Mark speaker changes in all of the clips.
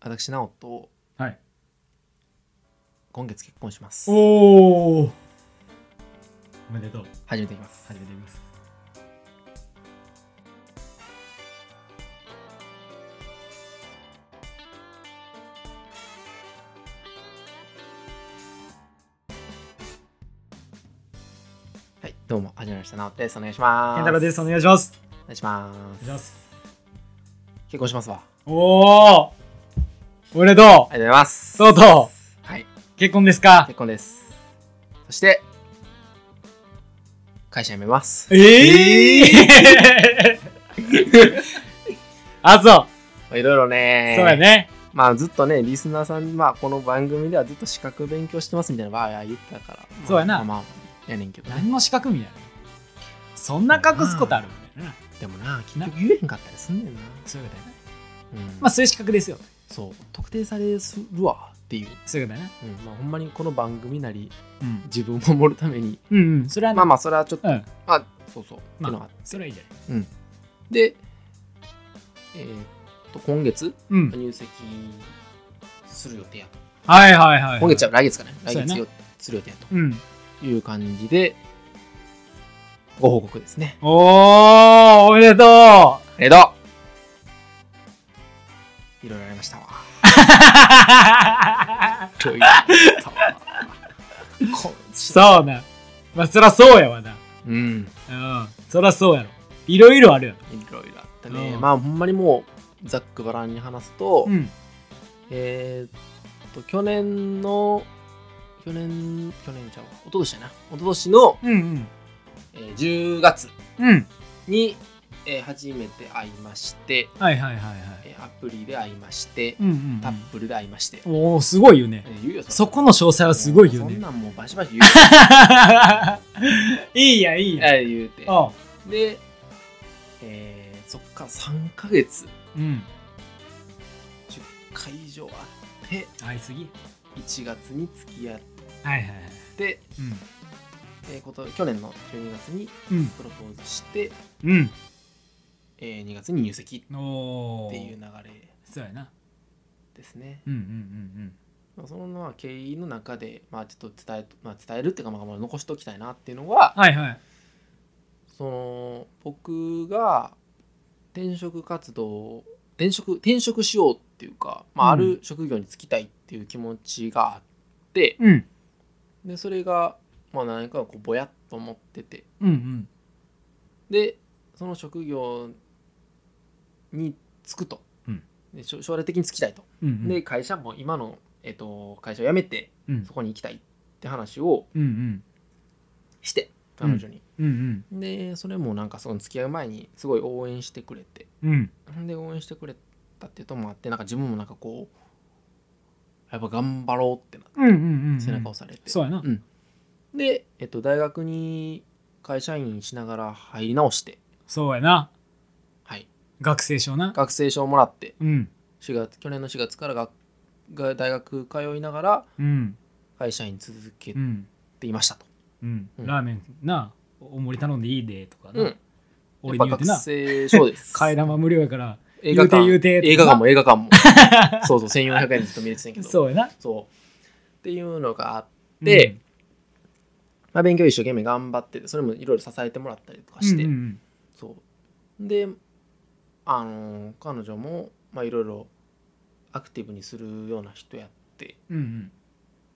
Speaker 1: 私直と
Speaker 2: はい
Speaker 1: 今月結婚します
Speaker 2: おおおめでとう
Speaker 1: 始めていきます
Speaker 2: 始めてみます
Speaker 1: はいどうもはじめまして直ですお願いします
Speaker 2: 健太郎ですお願いします
Speaker 1: お願いします
Speaker 2: ます
Speaker 1: 結婚しますわ
Speaker 2: おおおめ
Speaker 1: あり
Speaker 2: でと
Speaker 1: がとうございます
Speaker 2: うとうと
Speaker 1: はいう
Speaker 2: 結婚ですか
Speaker 1: 結婚ですそして会社辞めます
Speaker 2: ええーあそう
Speaker 1: まあいろいろね
Speaker 2: そうやね
Speaker 1: まあずっとねリスナーさんにまあこの番組ではずっと資格勉強してますみたいな場合は言ってたからまあ
Speaker 2: そうやな
Speaker 1: まあまあやねんけどね
Speaker 2: 何の資格みたいなそんな隠すことあるみたいな
Speaker 1: でもな結局言えへんかったりすんねんな
Speaker 2: そういうことやね
Speaker 1: うん
Speaker 2: まあそういう資格ですよ
Speaker 1: そう特定されるわっていう、
Speaker 2: そういうことやね
Speaker 1: うんまあ、ほんまにこの番組なり
Speaker 2: うん
Speaker 1: 自分を守るために
Speaker 2: うんうんそれは
Speaker 1: まあ
Speaker 2: ね
Speaker 1: まあそれはちょっと
Speaker 2: うん
Speaker 1: まあそうそう、
Speaker 2: ま
Speaker 1: ってい
Speaker 2: あ
Speaker 1: うのがあって
Speaker 2: それはいいんじゃない
Speaker 1: でえーっと今月
Speaker 2: うん
Speaker 1: 入籍する予定やと
Speaker 2: はいはいはいはい
Speaker 1: 今月じゃ来月かね来
Speaker 2: そうやな
Speaker 1: 月よする予定や
Speaker 2: うん
Speaker 1: という感じでご報告ですね
Speaker 2: おー、おめでとう
Speaker 1: ありがとういろいろありましたわいろいろあったわこ
Speaker 2: そうな。まあ、そらそうやわな。
Speaker 1: うん
Speaker 2: うん。そらそうやろ。いろいろあるやろ。
Speaker 1: いろいろあったね、
Speaker 2: うん
Speaker 1: まあほんまにもうざっくばらんに話すと、
Speaker 2: ん。
Speaker 1: えーっと去年の去年去年ちゃうわ一昨年やな一昨年の、
Speaker 2: うん
Speaker 1: えー10月
Speaker 2: うん。うん。
Speaker 1: に、えー初めて会いまして、
Speaker 2: はいはいはいは
Speaker 1: えーアプリで会いまして、
Speaker 2: い。うんうん
Speaker 1: タップルで会いまして、
Speaker 2: うん。おー、すごいよね
Speaker 1: え。ー言うよ
Speaker 2: そこの詳細はすごいよ
Speaker 1: そん
Speaker 2: ね。
Speaker 1: なんもうバシバシ言う
Speaker 2: いいや、いい
Speaker 1: よ
Speaker 2: や。
Speaker 1: えー 言うて
Speaker 2: おう。
Speaker 1: で、えーそっから3ヶ月
Speaker 2: うん。
Speaker 1: 10回以上あって
Speaker 2: 会いすぎ。
Speaker 1: 1月に付き合っ
Speaker 2: はいはいはい。
Speaker 1: て
Speaker 2: うん。
Speaker 1: えーこと去年の12月に
Speaker 2: うん。
Speaker 1: プロポーズして、
Speaker 2: うん。
Speaker 1: えー2月に入籍
Speaker 2: お
Speaker 1: っ
Speaker 2: ー。
Speaker 1: ていう流れ
Speaker 2: そうやな。
Speaker 1: ですね。
Speaker 2: うんうんうん
Speaker 1: まあそのまあ経緯の中で、まあ、ちょっと伝え,、まあ、伝えるっていうか、まあ、まあ残しておきたいなっていうのは
Speaker 2: うん。はいはい。
Speaker 1: その僕が転職活動転職転職しようっていうか、まあ、
Speaker 2: うん
Speaker 1: ある職業に就きたいっていう気持ちがあって、
Speaker 2: うん。
Speaker 1: でそれが、まあ、何かこうぼやっと思ってて
Speaker 2: うんうん。
Speaker 1: でその職業に就くと、
Speaker 2: うん
Speaker 1: で将将来的に就きたいと、
Speaker 2: うんうん。
Speaker 1: で会社も今の、えっと会社を辞めて
Speaker 2: うん
Speaker 1: そこに行きたいって話を
Speaker 2: うんうん。
Speaker 1: して
Speaker 2: うん
Speaker 1: 彼女に、
Speaker 2: うん
Speaker 1: でそれもなんかその付き合う前にすごい応援してくれて
Speaker 2: うん。うん。
Speaker 1: んで応援してくれたっていうともあってなんか自分もなんかこうやっぱ頑張ろうってなって
Speaker 2: うんうんうんうん。
Speaker 1: 背中を押されて、
Speaker 2: そうやな。
Speaker 1: で、えっと大学に会社員しながら入り直して、
Speaker 2: そうやな。
Speaker 1: はい、
Speaker 2: 学生証な。
Speaker 1: 学生証もらって
Speaker 2: うん。
Speaker 1: 4月去年の4月からがが大学通いながら
Speaker 2: うん。
Speaker 1: 会社員続け
Speaker 2: うん。
Speaker 1: ていましたと。
Speaker 2: うん。
Speaker 1: うん
Speaker 2: ラーメンな、大盛り頼んでいいでとか
Speaker 1: うん、
Speaker 2: な。
Speaker 1: やっ
Speaker 2: 俺
Speaker 1: ぱ
Speaker 2: に言うて
Speaker 1: 学
Speaker 2: な。
Speaker 1: 生証です。
Speaker 2: 替え玉無料やから。
Speaker 1: 映画館
Speaker 2: 言うて言うて
Speaker 1: 映画館も映画館 もそうそう1400円でずっと見れてたんやけど
Speaker 2: そうやな。
Speaker 1: そうっていうのがあって、でまあ、勉強一生懸命頑張っててそれもいろいろ支えてもらったりとか
Speaker 2: うん、
Speaker 1: して、
Speaker 2: うんうん
Speaker 1: そうであのー彼女もまあいろいろアクティブにするような人やって
Speaker 2: うん。うん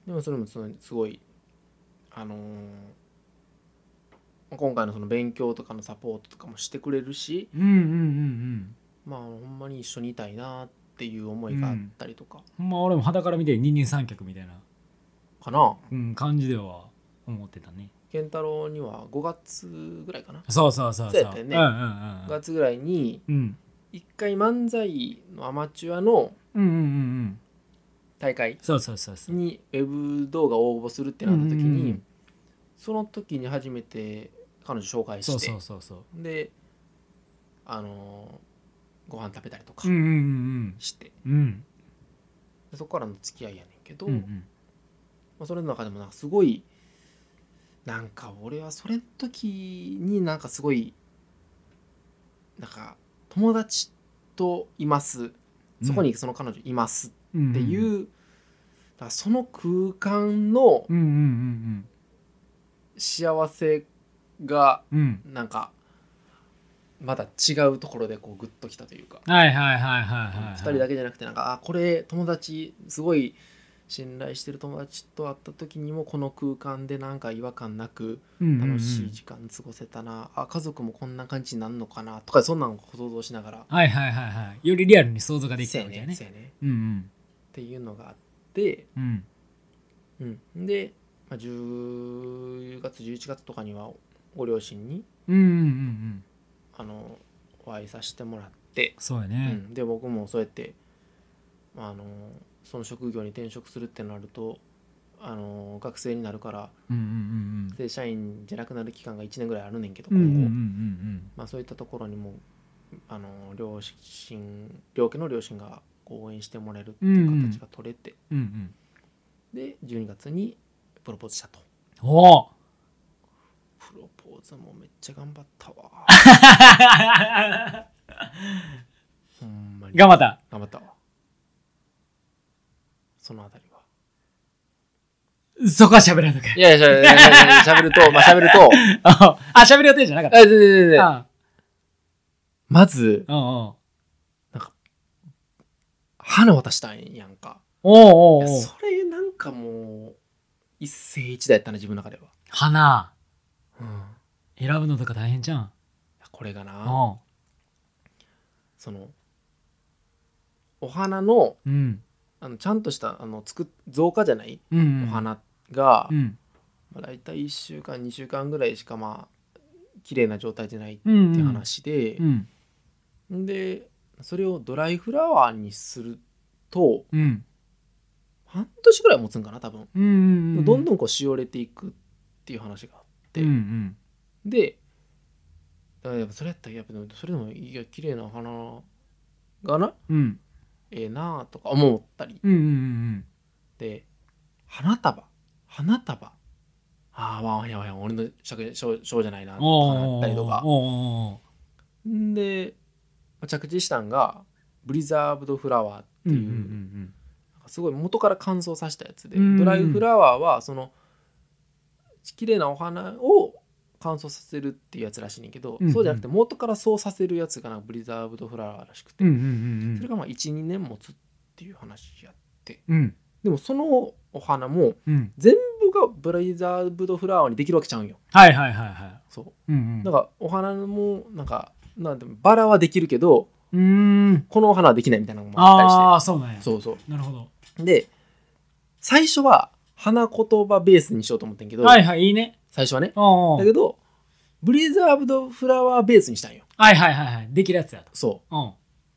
Speaker 1: でもそれもそのすごいあのー今回のその勉強とかのサポートとかもしてくれるし
Speaker 2: うん。うんうんうんうん。
Speaker 1: まあほんまに一緒にいたいなっていう思いがあったりとか、
Speaker 2: ほんま俺も肌から見て二人三脚みたいな、
Speaker 1: かな
Speaker 2: うん、感じでは思ってたね。
Speaker 1: 健太郎には5月ぐらいかな、
Speaker 2: そうそうそう。
Speaker 1: そうやったよね
Speaker 2: うんうん
Speaker 1: 5
Speaker 2: うん
Speaker 1: 月ぐらいに
Speaker 2: うん。
Speaker 1: 一回漫才のアマチュアの
Speaker 2: うんうんうんうん。
Speaker 1: 大会
Speaker 2: そうそうそうそう。
Speaker 1: にウェブ動画を応募するってなった時に、
Speaker 2: うんうんうん
Speaker 1: その時に初めて彼女紹介して
Speaker 2: そうそうそうそう。
Speaker 1: であのーご飯食べたりとか
Speaker 2: うんうん
Speaker 1: して、
Speaker 2: うんうん。うん。
Speaker 1: でそこからの付き合いやねんけど、
Speaker 2: うんうん
Speaker 1: まあ、それの中でもなんかすごいなんか俺はそれの時になんかすごいなんか友達といますそこにその彼女います
Speaker 2: っ
Speaker 1: っていう、だからその空間の
Speaker 2: うんうん
Speaker 1: 幸せが
Speaker 2: うんうんうん
Speaker 1: なんかまた違うところでこうグッときたというか、
Speaker 2: はいはいはいはいは
Speaker 1: 2
Speaker 2: い
Speaker 1: 人だけじゃなくてなんかあこれ友達すごい信頼してる友達と会った時にもこの空間でなんか違和感なく楽しい時間過ごせたな、あ家族もこんな感じになるのかなとかそんなのを想像しながら
Speaker 2: はいはいはいはいよりリアルに想像ができた
Speaker 1: せ
Speaker 2: わ
Speaker 1: や
Speaker 2: けだ
Speaker 1: ね
Speaker 2: よね
Speaker 1: せやね
Speaker 2: うん
Speaker 1: っていうのがあって、
Speaker 2: うんうん
Speaker 1: うん、で、まあ、10月11月とかにはご両親に
Speaker 2: うんうんうん
Speaker 1: あのお会いさせてもらって、
Speaker 2: そうや
Speaker 1: う
Speaker 2: ね
Speaker 1: ん、で僕もそうやって、まあ、あのその職業に転職するってなるとあの学生になるから
Speaker 2: うんうん
Speaker 1: 正社員じゃなくなる期間が1年ぐらいあるねんけど、
Speaker 2: うんうんうんうん
Speaker 1: 今
Speaker 2: う
Speaker 1: 後
Speaker 2: ん
Speaker 1: まあ、そういったところにもあの両親両家の両親がこう応援してもらえるっていう形が取れて、
Speaker 2: うんうん
Speaker 1: で12月にプロポーズしたと。
Speaker 2: おお
Speaker 1: プロポーズもめっちゃ頑張 ったわほんまに
Speaker 2: 頑張った
Speaker 1: 頑張ったわそのあたりは
Speaker 2: そこは喋らなかっ
Speaker 1: いやいやいやいやしゃべると まあしゃべると
Speaker 2: た あ喋る予定じゃなかっ
Speaker 1: あ全然全
Speaker 2: た
Speaker 1: 然
Speaker 2: あ
Speaker 1: まず
Speaker 2: うんうん
Speaker 1: 花渡したんやんか
Speaker 2: おうおう
Speaker 1: い
Speaker 2: お
Speaker 1: や
Speaker 2: う
Speaker 1: それなんかもう一世一代やったな自分の中では、
Speaker 2: 花
Speaker 1: うん、い
Speaker 2: 選ぶのとか大変じゃん
Speaker 1: やこれがな
Speaker 2: お
Speaker 1: そのお花の
Speaker 2: ううん
Speaker 1: あのちゃんとしたあのつく造花じゃない、
Speaker 2: うんうん
Speaker 1: お花が、
Speaker 2: うん
Speaker 1: まあ、大体1週間2週間ぐらいしかまあ綺麗な状態じゃないっ
Speaker 2: うんうん
Speaker 1: ていう話で
Speaker 2: う、ん
Speaker 1: でそれをドライフラワーにすると
Speaker 2: うん
Speaker 1: 半年ぐらい持つんかな多分、
Speaker 2: うんうんうん
Speaker 1: どんどんこうしおれていくっていう話があって、
Speaker 2: うんうん
Speaker 1: でだからやっぱそれやったらやっぱでもそれでもいや綺麗なお花がな
Speaker 2: うん
Speaker 1: ええなあとか思ったり
Speaker 2: うんうんうん
Speaker 1: で花束花束ああわんやわんや俺の尺しょうしょうじゃないなとかなったりとか
Speaker 2: お
Speaker 1: んでまあ着地したんがブリザーブドフラワーっていう,、すごい元から乾燥させたやつで、
Speaker 2: うんうん
Speaker 1: ドライフラワーはその綺麗なお花を乾燥させるっていうやつらしいねんけど、
Speaker 2: うんうん
Speaker 1: そうじゃなくて元からそうさせるやつがなんかブリザーブドフラワーらしくて、
Speaker 2: うんうん
Speaker 1: それがまあ12年持つっていう話やって
Speaker 2: うんうん
Speaker 1: でもそのお花も
Speaker 2: うん
Speaker 1: 全部がブリザーブドフラワーにできるわけちゃうんよ
Speaker 2: はいはいはいは
Speaker 1: そ
Speaker 2: いうんうん
Speaker 1: うだからお花もなんかなんでもバラはできるけど
Speaker 2: うーん
Speaker 1: このお花はできないみたいなのもあったりして
Speaker 2: ああそうなんや
Speaker 1: そうそ
Speaker 2: なるほど
Speaker 1: うで最初は花言葉ベースにしようと思ってんけど、
Speaker 2: はいはいいいね
Speaker 1: 最初はね
Speaker 2: おうおう
Speaker 1: だけどブリザーブドフラワーベースにしたんよ
Speaker 2: はいはいはいはいできるやつやと
Speaker 1: そ
Speaker 2: お
Speaker 1: う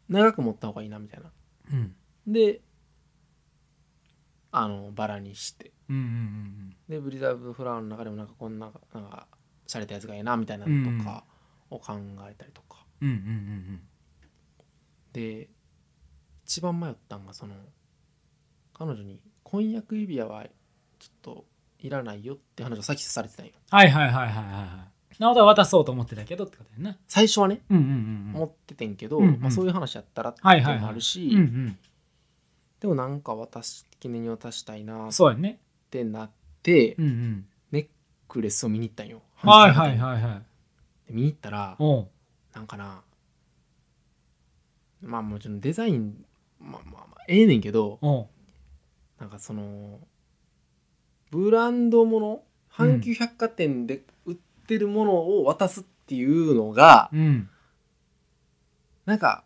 Speaker 1: 長く持った方がいいなみたいな
Speaker 2: うんうん
Speaker 1: であのバラにして
Speaker 2: うんうん
Speaker 1: でブリザーブドフラワーの中でもなんかこんななんか洒落たやつがいいなみたいなのとかを考えたりとか、
Speaker 2: うんうんうんうん
Speaker 1: で一番迷ったんがその彼女に婚約指輪はちょっといらないよって話をさっきされてたんよ
Speaker 2: はいはいはいはいはいはいなおは渡そうと思ってたけどってことやんな
Speaker 1: 最初はね
Speaker 2: うんうんうん
Speaker 1: 思っててんけど、
Speaker 2: うんうん
Speaker 1: まあ、そういう話やったらって
Speaker 2: はい
Speaker 1: いう
Speaker 2: はいはい
Speaker 1: のもあるし、
Speaker 2: うんうん
Speaker 1: でもなんか渡し記念に渡したいなっ
Speaker 2: そうやね
Speaker 1: てなって
Speaker 2: うんうん
Speaker 1: ネックレスを見に行ったんよ
Speaker 2: はいはいはいはい
Speaker 1: で見に行ったら
Speaker 2: おう
Speaker 1: なんかなまあもちろんデザインまあまあまあええねんけど
Speaker 2: おう
Speaker 1: なんかそのブランドもの阪急百貨店で売ってるものを渡すっていうのが、
Speaker 2: うん
Speaker 1: なんか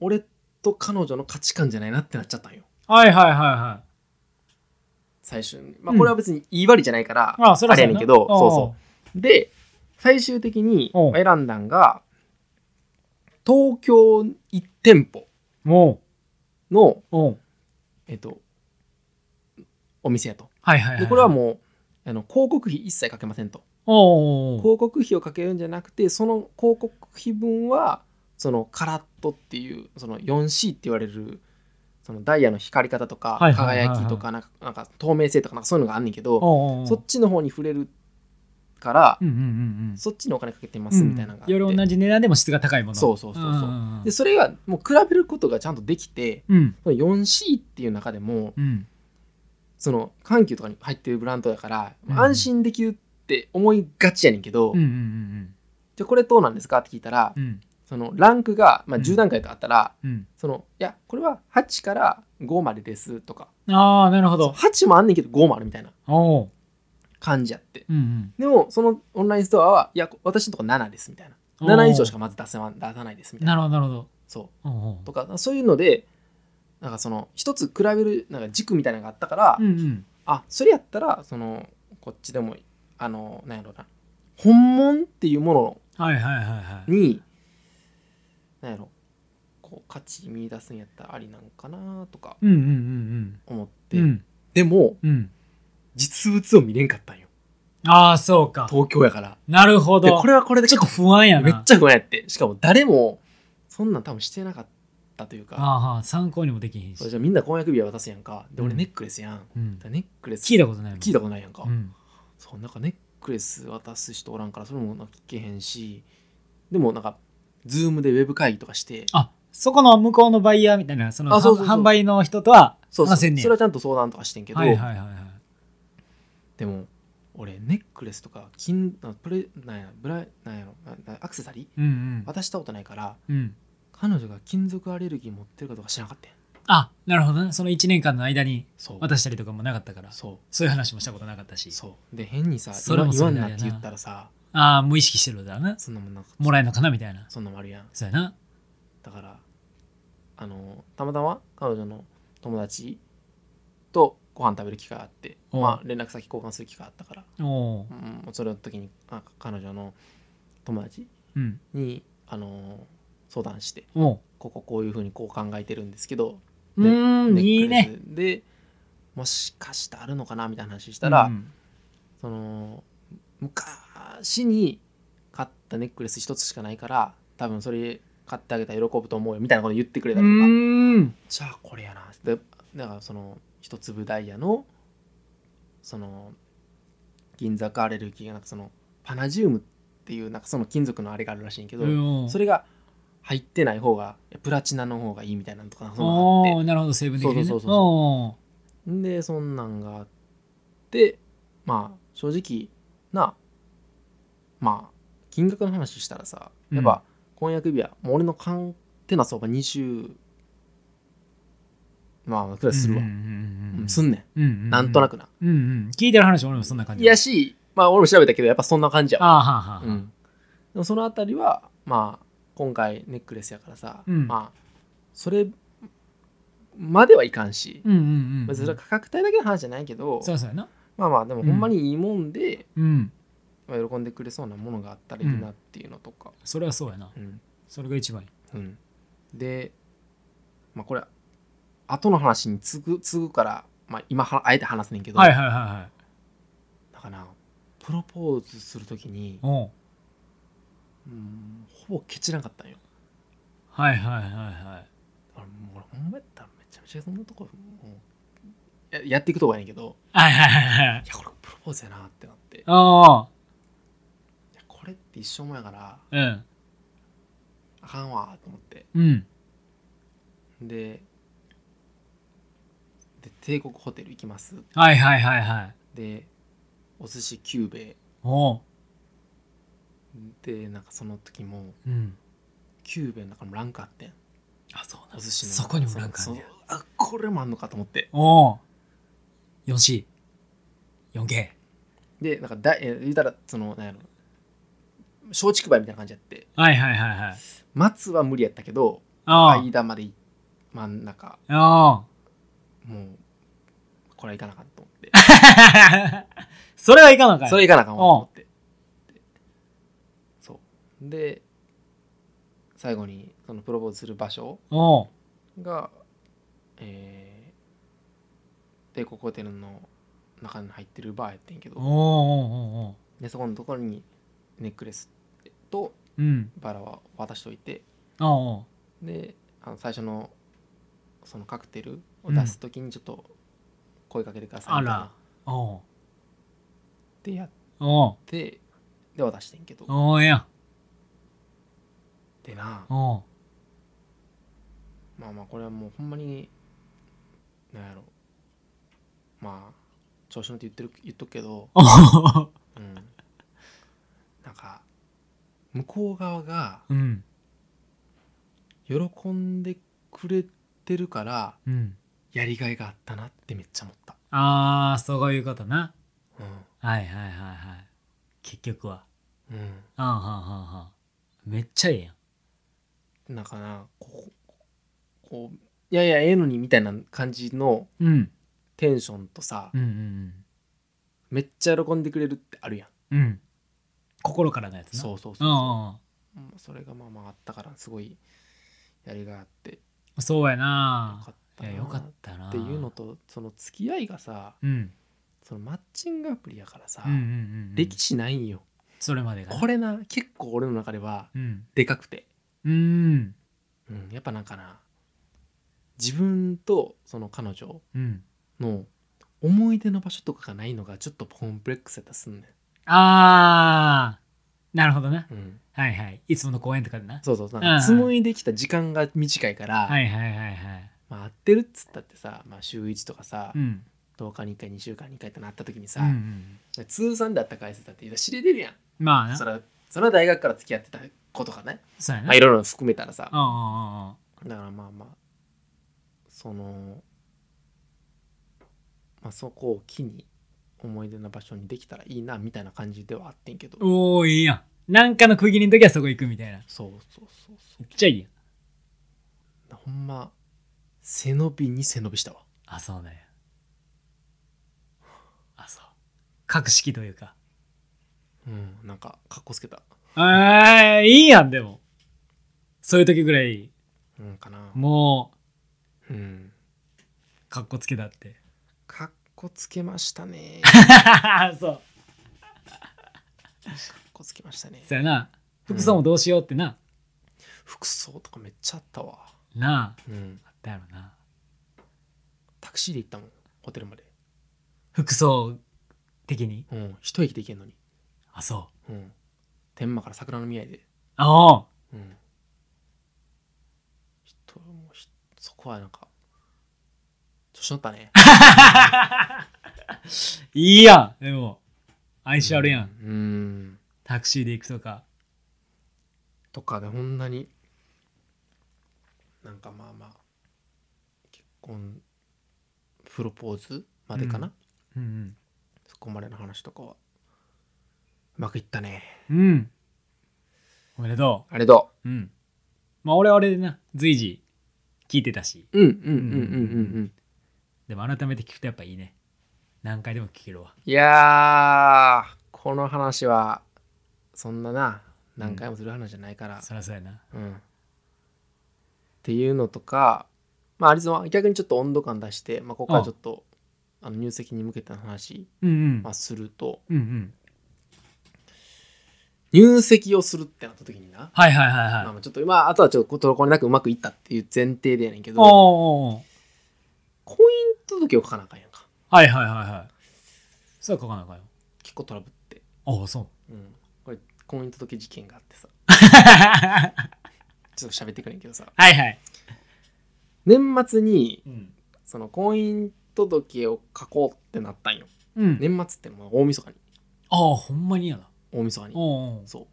Speaker 1: 俺と彼女の価値観じゃないなってなっちゃったんよ
Speaker 2: はいはいはいはい
Speaker 1: 最初に、まあ、これは別に言い割りじゃないから、
Speaker 2: ああ、それ
Speaker 1: あ
Speaker 2: はそう
Speaker 1: れやねん
Speaker 2: な
Speaker 1: けど
Speaker 2: お
Speaker 1: そうそで最終的に
Speaker 2: おう
Speaker 1: 選んだんが東京1店舗
Speaker 2: う。おう
Speaker 1: の、
Speaker 2: おう
Speaker 1: えっと、お店やと
Speaker 2: はいはいはい。
Speaker 1: でこれはもうあの広告費一切かけませんと
Speaker 2: おうおうおう
Speaker 1: 広告費をかけるんじゃなくてその広告費分はそのカラットっていうその 4C って言われるそのダイヤの光り方とか
Speaker 2: はいはいはいはい
Speaker 1: 輝きとかなんかなんか透明性とかなんかそういうのがあんねんけど
Speaker 2: おうおうおう
Speaker 1: そっちの方に触れるから、
Speaker 2: うんうんうんうん
Speaker 1: そっちにお金かけてますみたいなのがあって、
Speaker 2: より同じ値段でも質が高いもの
Speaker 1: そうそうそうそうで
Speaker 2: で
Speaker 1: それがもう比べることがちゃんとできて
Speaker 2: うん
Speaker 1: この 4C っていう中でも
Speaker 2: うん
Speaker 1: その緩急とかに入ってるブランドだから、
Speaker 2: うん
Speaker 1: 安心できるって思いがちやねんけど、
Speaker 2: うんうんうん
Speaker 1: じゃあこれどうなんですかって聞いたら、
Speaker 2: うんうん
Speaker 1: そのランクが、まあ、
Speaker 2: うん
Speaker 1: 10段階とあったら、
Speaker 2: うん
Speaker 1: そのいやこれは8から5までですとか
Speaker 2: ああなるほど
Speaker 1: 8もあんねんけど5もあるみたいな
Speaker 2: おう
Speaker 1: 感じやって
Speaker 2: うん
Speaker 1: でもそのオンラインストアはいや私のとこ7ですみたいな
Speaker 2: うん
Speaker 1: 7以上しかまず出せま出さないですみたいな
Speaker 2: なるほどなるほど
Speaker 1: そ
Speaker 2: おうお
Speaker 1: う
Speaker 2: う
Speaker 1: とかそういうのでなんかその一つ比べるなんか軸みたいなのがあったから、
Speaker 2: うんうん
Speaker 1: あそれやったらそのこっちでもあのなんやろうな本物っていうもの
Speaker 2: はいはいはいはい
Speaker 1: になんやろこう価値見出すんやったらありなんかなとか
Speaker 2: うんうんうん
Speaker 1: 思って、
Speaker 2: うんうん
Speaker 1: でも
Speaker 2: うん
Speaker 1: 実物を見れんかったんよ
Speaker 2: ああそうか
Speaker 1: 東京やから
Speaker 2: なるほ
Speaker 1: で
Speaker 2: ど
Speaker 1: これはこれで
Speaker 2: ち
Speaker 1: 結
Speaker 2: ょっと
Speaker 1: 構
Speaker 2: 不安やな
Speaker 1: めっちゃ不安やってしかも誰もそんなん多分してなかったというか
Speaker 2: ああ参考にもできへん
Speaker 1: それ
Speaker 2: し
Speaker 1: じゃあみんな婚約指輪渡すやんかで俺
Speaker 2: うん
Speaker 1: ネックレスやん、だか
Speaker 2: うん
Speaker 1: らネックレス
Speaker 2: 聞いたことないもん
Speaker 1: 聞いたことないやんか、
Speaker 2: うん
Speaker 1: そうなんかネックレス渡す人おらんからそれもなんか聞けへんしでもなんかズームでウェブ会議とかして
Speaker 2: あそこの向こうのバイヤーみたいなその
Speaker 1: あそうそうそう
Speaker 2: 販売の人とは
Speaker 1: そうそう
Speaker 2: 話
Speaker 1: そ
Speaker 2: せんねや
Speaker 1: れはちゃんと相談とかしてんけど、
Speaker 2: はいはいはいはい
Speaker 1: でも俺ネックレスとか金あプレなんやブラなんやろななアクセサリー
Speaker 2: うん
Speaker 1: 渡したことないから
Speaker 2: うんうん
Speaker 1: 彼女が金属アレルギー持ってるかどうか知らなかったん
Speaker 2: あなるほどねその1年間の間に
Speaker 1: そう
Speaker 2: 渡したりとかもなかったから
Speaker 1: そ
Speaker 2: そういう話もしたことなかった
Speaker 1: う
Speaker 2: し
Speaker 1: そうで変にさ
Speaker 2: それ
Speaker 1: 今
Speaker 2: も
Speaker 1: 言
Speaker 2: そ
Speaker 1: わん
Speaker 2: れでや
Speaker 1: な
Speaker 2: な
Speaker 1: って言ったらさ
Speaker 2: ああ無意識してるだろうな
Speaker 1: そんなもんなんか
Speaker 2: もらえんのかなみたいな
Speaker 1: そんなもんあるやん
Speaker 2: そうやな
Speaker 1: だからあのたまたま彼女の友達とご飯食べる機会があって、
Speaker 2: うん
Speaker 1: まあ、連絡先交換する機会があったから、
Speaker 2: おおー
Speaker 1: うん、それの時にあ彼女の友達
Speaker 2: うん
Speaker 1: にあの相談して
Speaker 2: おう
Speaker 1: こここういうふうにこう考えてるんですけど
Speaker 2: うーんいい
Speaker 1: ネッ
Speaker 2: ね
Speaker 1: クレスでもしかしてあるのかなみたいな話したら、
Speaker 2: うん
Speaker 1: その昔に買ったネックレス一つしかないから多分それ買ってあげたら喜ぶと思うよみたいなこと言ってくれ
Speaker 2: う
Speaker 1: たりとか。
Speaker 2: ーん
Speaker 1: じゃあこれやなでだからその一粒ダイヤのその銀座アレルギーがなんかそのパナジウムっていうなんかその金属のあれがあるらしいんやけど、
Speaker 2: うん
Speaker 1: それが入ってない方がプラチナの方がいいみたいなのとかそんなの
Speaker 2: お
Speaker 1: があっ
Speaker 2: おなるほど成分的にね
Speaker 1: そうそうそうそう
Speaker 2: お
Speaker 1: てんでそんなんがあってまあ正直なまあ金額の話したらさやっぱ婚約指輪、もう俺の勘手な相場20まあくら
Speaker 2: ー
Speaker 1: いするわ、
Speaker 2: うんうんうんうん
Speaker 1: すんねん
Speaker 2: うんうん
Speaker 1: なんとなくな。
Speaker 2: うんうん聞いてる話俺もそんな感じ
Speaker 1: いやし、まあ俺も調べたけど、やっぱそんな感じや
Speaker 2: あ
Speaker 1: わ。
Speaker 2: あはあはあ
Speaker 1: うん、でもそのあたりは、まあ今回ネックレスやからさ、
Speaker 2: うん
Speaker 1: まあそれまではいかんし、
Speaker 2: うんうんうんうん
Speaker 1: 別にそれは価格帯だけの話じゃないけど、
Speaker 2: そうそうやな
Speaker 1: まあまあでもほんまにいいもんで、
Speaker 2: うん
Speaker 1: まあ、喜んでくれそうなものがあったらいいなっていうのとか。
Speaker 2: それはそうやな
Speaker 1: うん
Speaker 2: それが一番いい
Speaker 1: うんで、まあこれ、後の話に次ぐ次ぐから、まあ今はあえて話すねんけど、
Speaker 2: はいはいはいはい
Speaker 1: だからプロポーズするときに、
Speaker 2: おう
Speaker 1: うんほぼケチらんかったんよ
Speaker 2: はいはいはいはい
Speaker 1: あもう俺ほんまやったらめちゃめちゃそんなとこもうややっていくとこやねんけど
Speaker 2: はいはいはいはい
Speaker 1: いやこれプロポーズやなってなってい
Speaker 2: おう
Speaker 1: やこれって一生もんやから
Speaker 2: うん
Speaker 1: あかんわと思って
Speaker 2: うん
Speaker 1: でで帝国ホテル行きます
Speaker 2: はいはいはいはい
Speaker 1: でお寿司キューベ
Speaker 2: おう
Speaker 1: でなんかその時も
Speaker 2: うん
Speaker 1: キューベの中のランクあってん
Speaker 2: あそう
Speaker 1: お寿司の
Speaker 2: そこにもなんかあん
Speaker 1: そう
Speaker 2: ねや
Speaker 1: そうあこれもあんのかと思って
Speaker 2: おう 4C4K
Speaker 1: でなんかだえ言うたらそのなんやろ松竹梅みたいな感じやって
Speaker 2: はいはいはいはい
Speaker 1: 松は無理やったけど
Speaker 2: あ
Speaker 1: 間までい真ん中
Speaker 2: あ
Speaker 1: もうこれはいかなあかんと思って
Speaker 2: それはいかなあか ん
Speaker 1: それいかなあかんわと思ってでそうで最後にそのプロポーズする場所
Speaker 2: おう
Speaker 1: がえー帝国ホテルの中に入ってるバーやってんけ
Speaker 2: おう
Speaker 1: ど
Speaker 2: おうおうおう
Speaker 1: でそこのところにネックレスと
Speaker 2: うん
Speaker 1: バラは渡しといて
Speaker 2: おうおう
Speaker 1: であの最初のそのカクテルを出す時にちょっと声かけてくださいみたいな
Speaker 2: あらおう
Speaker 1: ってやっ
Speaker 2: おう
Speaker 1: てで渡してんけど
Speaker 2: おーええやん
Speaker 1: でな
Speaker 2: おう
Speaker 1: まあまあこれはもうほんまになんやろまあ調子乗って言ってる言っとくけど、
Speaker 2: おう
Speaker 1: うん、なんか向こう側が
Speaker 2: うん
Speaker 1: 喜んでくれてるから
Speaker 2: うん
Speaker 1: やりがいがあったなってめっちゃ思った、
Speaker 2: ああそういうことな
Speaker 1: う
Speaker 2: はいはいはいはい結局は
Speaker 1: ん
Speaker 2: あんはんはんはんめっちゃええやん
Speaker 1: うん、なんかなこうこういやいやええのにみたいな感じの
Speaker 2: うん
Speaker 1: テンションとさ、
Speaker 2: うんうん
Speaker 1: めっちゃ喜んでくれるってあるやん
Speaker 2: うんうん心からのやつな
Speaker 1: そううそうそうう、
Speaker 2: んう
Speaker 1: うん
Speaker 2: うん
Speaker 1: それがまあまああったからすごいやりがいあってよ
Speaker 2: そうやな
Speaker 1: かった
Speaker 2: い
Speaker 1: な
Speaker 2: やよかったな
Speaker 1: っていうのとその付き合いがさ
Speaker 2: うん
Speaker 1: そのマッチングアプリやからさ、
Speaker 2: うんうんうんうん
Speaker 1: 歴史ないんよ
Speaker 2: それまでが
Speaker 1: これな結構俺の中では
Speaker 2: うん
Speaker 1: でかくて、
Speaker 2: うん
Speaker 1: うん、やっぱなんかな自分とその彼女
Speaker 2: うん
Speaker 1: の思い出の場所とかがないのがちょっとコンプレックスやったりすんね、
Speaker 2: ああなるほどなん
Speaker 1: うん、
Speaker 2: はいはいいつもの公園とかでな
Speaker 1: そうそう
Speaker 2: う
Speaker 1: なんんか紡いできた時間が短いから、
Speaker 2: はいはいはいはい
Speaker 1: まあ、会ってるっつったってさ、まあ、週1とかさ、
Speaker 2: うん
Speaker 1: 10日に1回2週間に1回ってなった時に
Speaker 2: う
Speaker 1: さ
Speaker 2: んう、ん
Speaker 1: 通算であった回数だって知れてるやん、
Speaker 2: まあな
Speaker 1: それはそれは大学から付き合ってた子とかね、
Speaker 2: そうやな
Speaker 1: まあ、いろいろ含めたらさ、
Speaker 2: あ
Speaker 1: だからまあまあそのまあそこを機に思い出の場所にできたらいいなみたいな感じではあってんけど
Speaker 2: あおおいいやんなんかの区切りの時はそこ行くみたいなめ
Speaker 1: そうそうそうそ
Speaker 2: っちゃいいやん
Speaker 1: うほんま背伸びに背伸びしたわ
Speaker 2: あそうだよあそう格式というか
Speaker 1: うんなんかかっこつけた
Speaker 2: ああいいやんでもそういう時ぐらい
Speaker 1: うんかな
Speaker 2: も
Speaker 1: うん
Speaker 2: うかっこつけだって
Speaker 1: かっこつけました ね
Speaker 2: そう
Speaker 1: かっこつけましたね
Speaker 2: そうやな服装もどうしようってな、
Speaker 1: 服装とかめっちゃあったわ
Speaker 2: なあ
Speaker 1: うん
Speaker 2: あったやろな
Speaker 1: タクシーで行ったもんホテルまで
Speaker 2: 服装的に
Speaker 1: うん一駅で行けんのに
Speaker 2: あそう
Speaker 1: うん天満から桜の宮へで
Speaker 2: ああ
Speaker 1: うん、人もひそこはなんか調子乗ったね
Speaker 2: いいやんでも愛しあるやん、
Speaker 1: うん
Speaker 2: タクシーで行くとか
Speaker 1: とかでほんなになんかまあまあ結婚プロポーズまでかな、
Speaker 2: うん
Speaker 1: そこまでの話とかはうまくいったね
Speaker 2: うんうんおめでと
Speaker 1: あれど
Speaker 2: ううんまあ俺は俺でな随時聞いてたし
Speaker 1: ううんうんうんうんうんうん
Speaker 2: でも改めて聞くとやっぱいいね何回でも聞けるわ
Speaker 1: いやーこの話はそんなな何回もする話じゃないから、
Speaker 2: そりゃそうやな
Speaker 1: うん、っていうのとか、まあ、アリゾナは逆にちょっと温度感出して、まあ、ここからちょっとあの入籍に向けての話、
Speaker 2: うんうん
Speaker 1: まあ、すると
Speaker 2: うんうん
Speaker 1: 入籍をするってなった時にな、
Speaker 2: はいはいはい
Speaker 1: まあ
Speaker 2: はい
Speaker 1: まあ、ちょっとまああとはちょっとトロコになくうまくいったっていう前提でやねんけ
Speaker 2: おー
Speaker 1: ど
Speaker 2: おーおー
Speaker 1: 婚姻届を書かなあかんやんか
Speaker 2: はいはいはいはいそう書かなあかんよ
Speaker 1: 結構トラブって、
Speaker 2: ああそう
Speaker 1: うん、これ婚姻届事件があってさ
Speaker 2: は
Speaker 1: ちょっと喋ってくれんけどさ
Speaker 2: いはい、
Speaker 1: 年末に
Speaker 2: うん、
Speaker 1: その婚姻届を書こうってなったんよ
Speaker 2: うん
Speaker 1: 年末ってもう大晦日に
Speaker 2: ああほんまにやな
Speaker 1: 大晦日に
Speaker 2: おうおう
Speaker 1: そう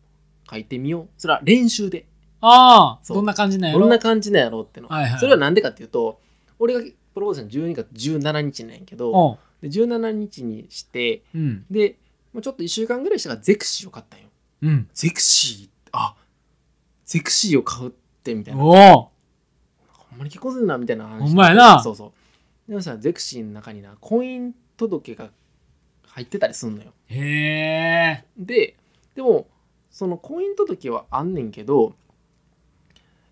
Speaker 1: 書いてみようそれは練習で
Speaker 2: ああ
Speaker 1: そう
Speaker 2: どんな感じなんやろ
Speaker 1: どんな感じなんやろうっての、
Speaker 2: はいはい
Speaker 1: それはなんでかっていうと俺がプロポーズしたの12月17日なんやけど
Speaker 2: おう
Speaker 1: で17日にして
Speaker 2: うん
Speaker 1: でもうちょっと1週間ぐらいしたらゼクシーを買ったんよ
Speaker 2: うん
Speaker 1: ゼクシーあゼクシーを買うってみたいな
Speaker 2: おお
Speaker 1: ほんまに結婚するなみたいな話
Speaker 2: ほんまやな
Speaker 1: そうそうでもさゼクシーの中にな婚姻届が入ってたりすんのよ
Speaker 2: へえ
Speaker 1: ででもその婚姻届はあんねんけど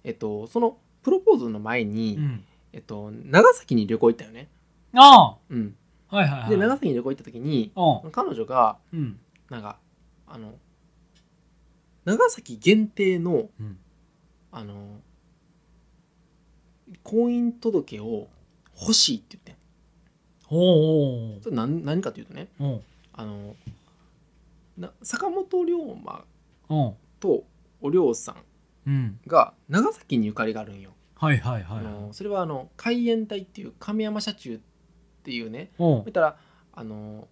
Speaker 1: えっとそのプロポーズの前に、
Speaker 2: うん
Speaker 1: えっと長崎に旅行行ったよね、
Speaker 2: あ
Speaker 1: うん、
Speaker 2: あはいはいはい
Speaker 1: で長崎に旅行行った時に
Speaker 2: おう
Speaker 1: 彼女が
Speaker 2: うん
Speaker 1: なんかあの長崎限定の
Speaker 2: うん
Speaker 1: あの婚姻届を欲しいって言ってん
Speaker 2: おうおう
Speaker 1: それ何何かというとね
Speaker 2: おう
Speaker 1: あのな坂本龍馬
Speaker 2: うん
Speaker 1: とお龍さん
Speaker 2: うん
Speaker 1: が長崎にゆかりがあるんよ。
Speaker 2: はいはいは
Speaker 1: あ
Speaker 2: い
Speaker 1: のそれはあの海援隊っていう亀山社中っていうね
Speaker 2: おう
Speaker 1: 見たらあの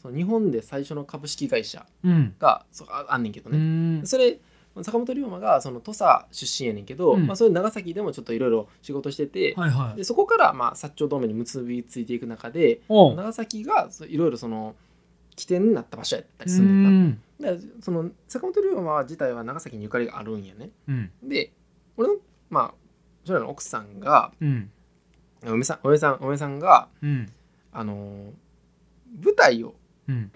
Speaker 1: その日本で最初の株式会社
Speaker 2: うん
Speaker 1: がそうああんねんけど
Speaker 2: う
Speaker 1: ね、
Speaker 2: ん
Speaker 1: それ坂本龍馬がその土佐出身やねんけど、
Speaker 2: うん
Speaker 1: まあ、それ長崎でもちょっといろいろ仕事してて、
Speaker 2: はいはい
Speaker 1: でそこからまあ薩長同盟に結びついていく中で
Speaker 2: おう
Speaker 1: 長崎がそういろいろその起点になった場所やったり
Speaker 2: う
Speaker 1: するんだよなんだからその坂本龍馬自体は長崎にゆかりがあるんやね
Speaker 2: うん
Speaker 1: で俺のまあそれらの奥さんが
Speaker 2: うん
Speaker 1: お嫁さんお嫁さんお嫁さんが
Speaker 2: うん
Speaker 1: あのー舞台を
Speaker 2: うん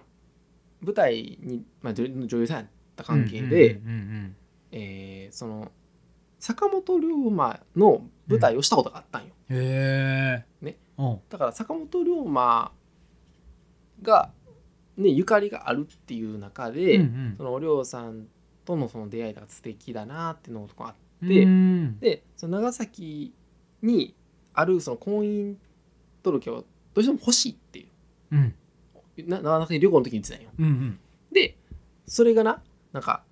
Speaker 1: 舞台に、まあ、女女優さんやった関係で、
Speaker 2: うんうんうん
Speaker 1: えーその坂本龍馬の舞台をしたことがあったんよ、
Speaker 2: うんへえ
Speaker 1: ね
Speaker 2: おう
Speaker 1: だから坂本龍馬が、ね、ゆかりがあるっていう中で、
Speaker 2: うん
Speaker 1: そのお龍さんとのその出会いが素敵だなっていうのとかあっ
Speaker 2: うん
Speaker 1: で
Speaker 2: うん
Speaker 1: てその長崎にあるその婚姻届をどうしても欲しいっていう
Speaker 2: うん
Speaker 1: な長崎旅行の時に言ってたんよ
Speaker 2: うんうん
Speaker 1: でそれがななんか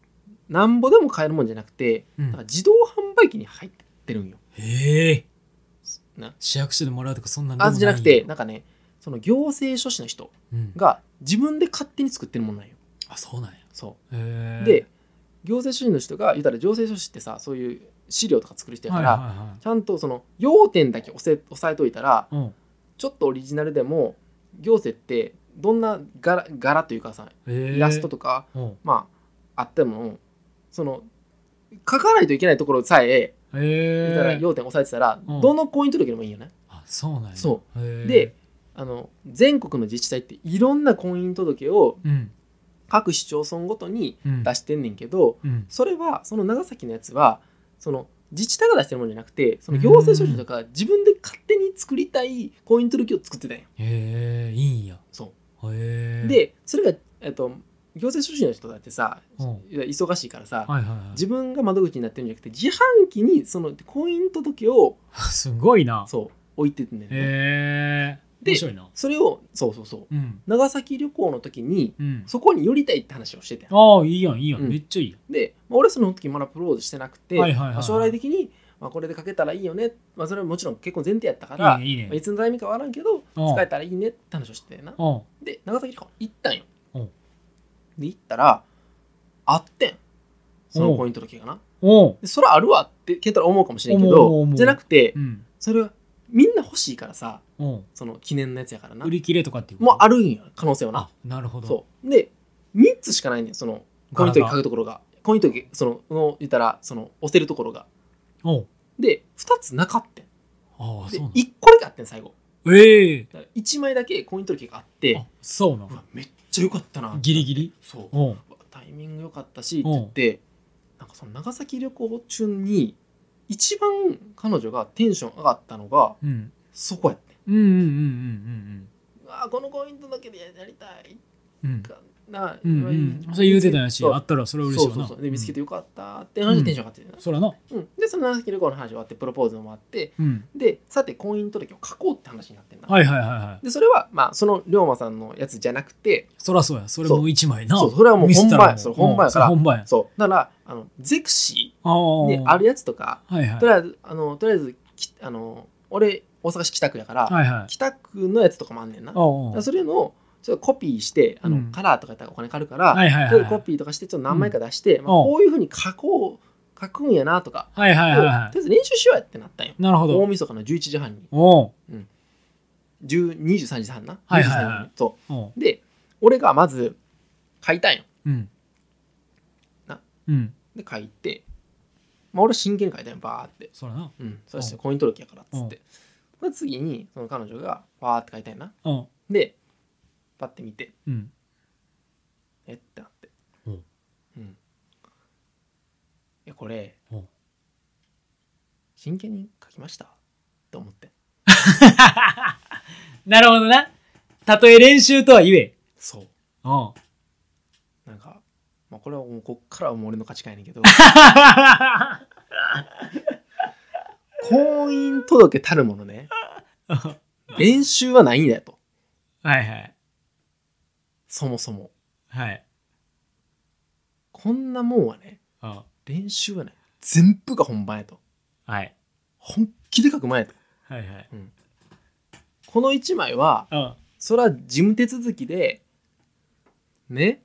Speaker 1: なんぼでも買えるもんじゃなくて
Speaker 2: う
Speaker 1: なんか
Speaker 2: ん
Speaker 1: 自動販売機に入ってるんよ
Speaker 2: へえ
Speaker 1: な
Speaker 2: 市役所でもらうとかそんなんでも
Speaker 1: あ
Speaker 2: ない
Speaker 1: じゃなくてなんかねその行政書士の人
Speaker 2: うん
Speaker 1: が自分で勝手に作ってるもんなんよ
Speaker 2: あそうなんや
Speaker 1: そ
Speaker 2: へ
Speaker 1: う
Speaker 2: え
Speaker 1: で行政書士の人が言ったら行政書士ってさそういう資料とか作る人や
Speaker 2: は
Speaker 1: か
Speaker 2: い
Speaker 1: ら、
Speaker 2: はいはい
Speaker 1: ちゃんとその要点だけ押せ押さえといたら
Speaker 2: うん
Speaker 1: ちょっとオリジナルでも行政ってどんな柄柄というかさ
Speaker 2: へえ
Speaker 1: イラストとか、
Speaker 2: おう
Speaker 1: まああってもその書かないといけないところさえ言ったら
Speaker 2: へえ
Speaker 1: 要点押さえてたら、
Speaker 2: うん
Speaker 1: どの婚姻届でもいいよね。
Speaker 2: あそうなんや
Speaker 1: そ
Speaker 2: へえ
Speaker 1: であの全国の自治体っていろんな婚姻届を
Speaker 2: うん
Speaker 1: 各市町村ごとに
Speaker 2: うん
Speaker 1: 出してんねんけど
Speaker 2: うん
Speaker 1: それはその長崎のやつはその自治体が出してるもんじゃなくてその行政書士とか自分で勝手に作りたい婚姻届を作ってたんや
Speaker 2: へえいいんや
Speaker 1: そ
Speaker 2: へ
Speaker 1: う
Speaker 2: え
Speaker 1: でそれが、えっと、行政書士の人だってさ
Speaker 2: うん
Speaker 1: 忙しいからさ
Speaker 2: はいはいはい
Speaker 1: 自分が窓口になってるんじゃなくて自販機にその婚姻届を
Speaker 2: すごいな
Speaker 1: そう置いてってんねんね、
Speaker 2: へえ
Speaker 1: で
Speaker 2: 面白いな
Speaker 1: それをそうそうそう
Speaker 2: うん
Speaker 1: 長崎旅行の時に
Speaker 2: うん
Speaker 1: そこに寄りたいって話をしてて
Speaker 2: ああいいやんいいや
Speaker 1: うん
Speaker 2: んめっちゃいいやん
Speaker 1: で、まあ、俺はその時まだプロポーズしてなくて、
Speaker 2: はいはいはいはい
Speaker 1: まあ将来的に、まあ、これでかけたらいいよね、まあ、それはもちろん結婚前提やったから
Speaker 2: いいねいい
Speaker 1: まあい
Speaker 2: ね
Speaker 1: つのタイミングかわからんけど
Speaker 2: うん
Speaker 1: 使えたらいいねって話をしててな
Speaker 2: うん
Speaker 1: で長崎旅行行ったんよ
Speaker 2: うん
Speaker 1: で行ったらあってんそのポイントの時がな
Speaker 2: おう
Speaker 1: でそれあるわって健太郎思うかもしれんけ
Speaker 2: 思う
Speaker 1: ど
Speaker 2: 思う
Speaker 1: じゃなくて
Speaker 2: うん
Speaker 1: それはみんな欲しいからさ
Speaker 2: おう
Speaker 1: その記念のやつやからな
Speaker 2: 売り切れとかっていうこと
Speaker 1: もうあるんや可能性はな
Speaker 2: あなるほど
Speaker 1: そうで3つしかないねんそのコイントリ書くところがコイントリそのの言ったらその押せるところが
Speaker 2: おう
Speaker 1: で2つなかってん
Speaker 2: ああ
Speaker 1: で
Speaker 2: そうなん
Speaker 1: 1個だけあってん最後
Speaker 2: ええ
Speaker 1: だから1枚だけコイントリがあって
Speaker 2: あそうな
Speaker 1: うわ
Speaker 2: ん
Speaker 1: めっちゃ良かったな
Speaker 2: ギリギリ
Speaker 1: そう
Speaker 2: おう
Speaker 1: うわタイミング良かったしって言ってなんかその長崎旅行中に一番彼女がテンション上がったのが
Speaker 2: うん
Speaker 1: そこやってん
Speaker 2: うんうんうんうん
Speaker 1: うわこのコイントだけでやりたい
Speaker 2: うんうん
Speaker 1: かな、
Speaker 2: うんうんそれ言うてたんやし
Speaker 1: そう
Speaker 2: あったらそれは嬉し
Speaker 1: そ
Speaker 2: いうわ
Speaker 1: そう
Speaker 2: な
Speaker 1: そうで見つけて
Speaker 2: うん
Speaker 1: よかったって話でテンション上がっててな
Speaker 2: そらな
Speaker 1: うん、でその長崎旅行の話終わってプロポーズもあって
Speaker 2: うん
Speaker 1: でさて婚姻届を書こうって話になってんな、
Speaker 2: はいはいはいはい
Speaker 1: でそれはまあその龍馬さんのやつじゃなくて
Speaker 2: そらそうやそれもう一枚な
Speaker 1: そうそれはもう
Speaker 2: ミス
Speaker 1: 本
Speaker 2: った
Speaker 1: 番
Speaker 2: ら
Speaker 1: やそれ本番やから
Speaker 2: うんそれ本番や
Speaker 1: そうだからあのゼクシ
Speaker 2: あ
Speaker 1: ー
Speaker 2: あ
Speaker 1: であるやつとか
Speaker 2: はいはい
Speaker 1: とりあえずあのとりあえずきあの俺大阪市北区やから、
Speaker 2: はいはい
Speaker 1: 北区のやつとかもあんねんなだか
Speaker 2: おうお
Speaker 1: ら
Speaker 2: う
Speaker 1: それのちょっとコピーしてあの、
Speaker 2: うん
Speaker 1: カラーとかやったらお金かかるから、
Speaker 2: はいはい
Speaker 1: とりあえず
Speaker 2: は
Speaker 1: コ
Speaker 2: い
Speaker 1: ピーとかしてちょっと何枚か出して、まあ、
Speaker 2: おう
Speaker 1: こういうふうに書こう書くんやなとか、
Speaker 2: はいはいはい
Speaker 1: と
Speaker 2: は
Speaker 1: りあえず練習しようやってなったんよ
Speaker 2: いなるほ
Speaker 1: 大
Speaker 2: ど
Speaker 1: 晦日の11時半に
Speaker 2: おう
Speaker 1: 10 23時半な、
Speaker 2: はいはいはい
Speaker 1: 23時半そ
Speaker 2: おう
Speaker 1: うで俺がまず書いたんよ
Speaker 2: うん
Speaker 1: な
Speaker 2: うん
Speaker 1: で書いてまあ俺は真剣に書いたんよバーって、
Speaker 2: そらな
Speaker 1: うん、そしてコイン届きやからっつって、で次にその彼女がバーって書いたんよな
Speaker 2: おう
Speaker 1: でパッて見て
Speaker 2: うん
Speaker 1: えってなって
Speaker 2: お
Speaker 1: ん
Speaker 2: う、
Speaker 1: いやこれ
Speaker 2: おう
Speaker 1: 真剣に書きましたって思って
Speaker 2: なるほどなたとえ練習とは言え
Speaker 1: そう
Speaker 2: おう
Speaker 1: なんか、まあ、これはもうこっからはもう俺の価値観やねんけ ど婚姻届たるものね
Speaker 2: は
Speaker 1: 練習はないんだよと
Speaker 2: いはい
Speaker 1: そもそも
Speaker 2: はい
Speaker 1: こんなもんはね
Speaker 2: うん
Speaker 1: 練習はね全部が本番やと
Speaker 2: はい
Speaker 1: 本気で書く前やと
Speaker 2: はいはい
Speaker 1: この1枚は
Speaker 2: うん
Speaker 1: それは事務手続きでね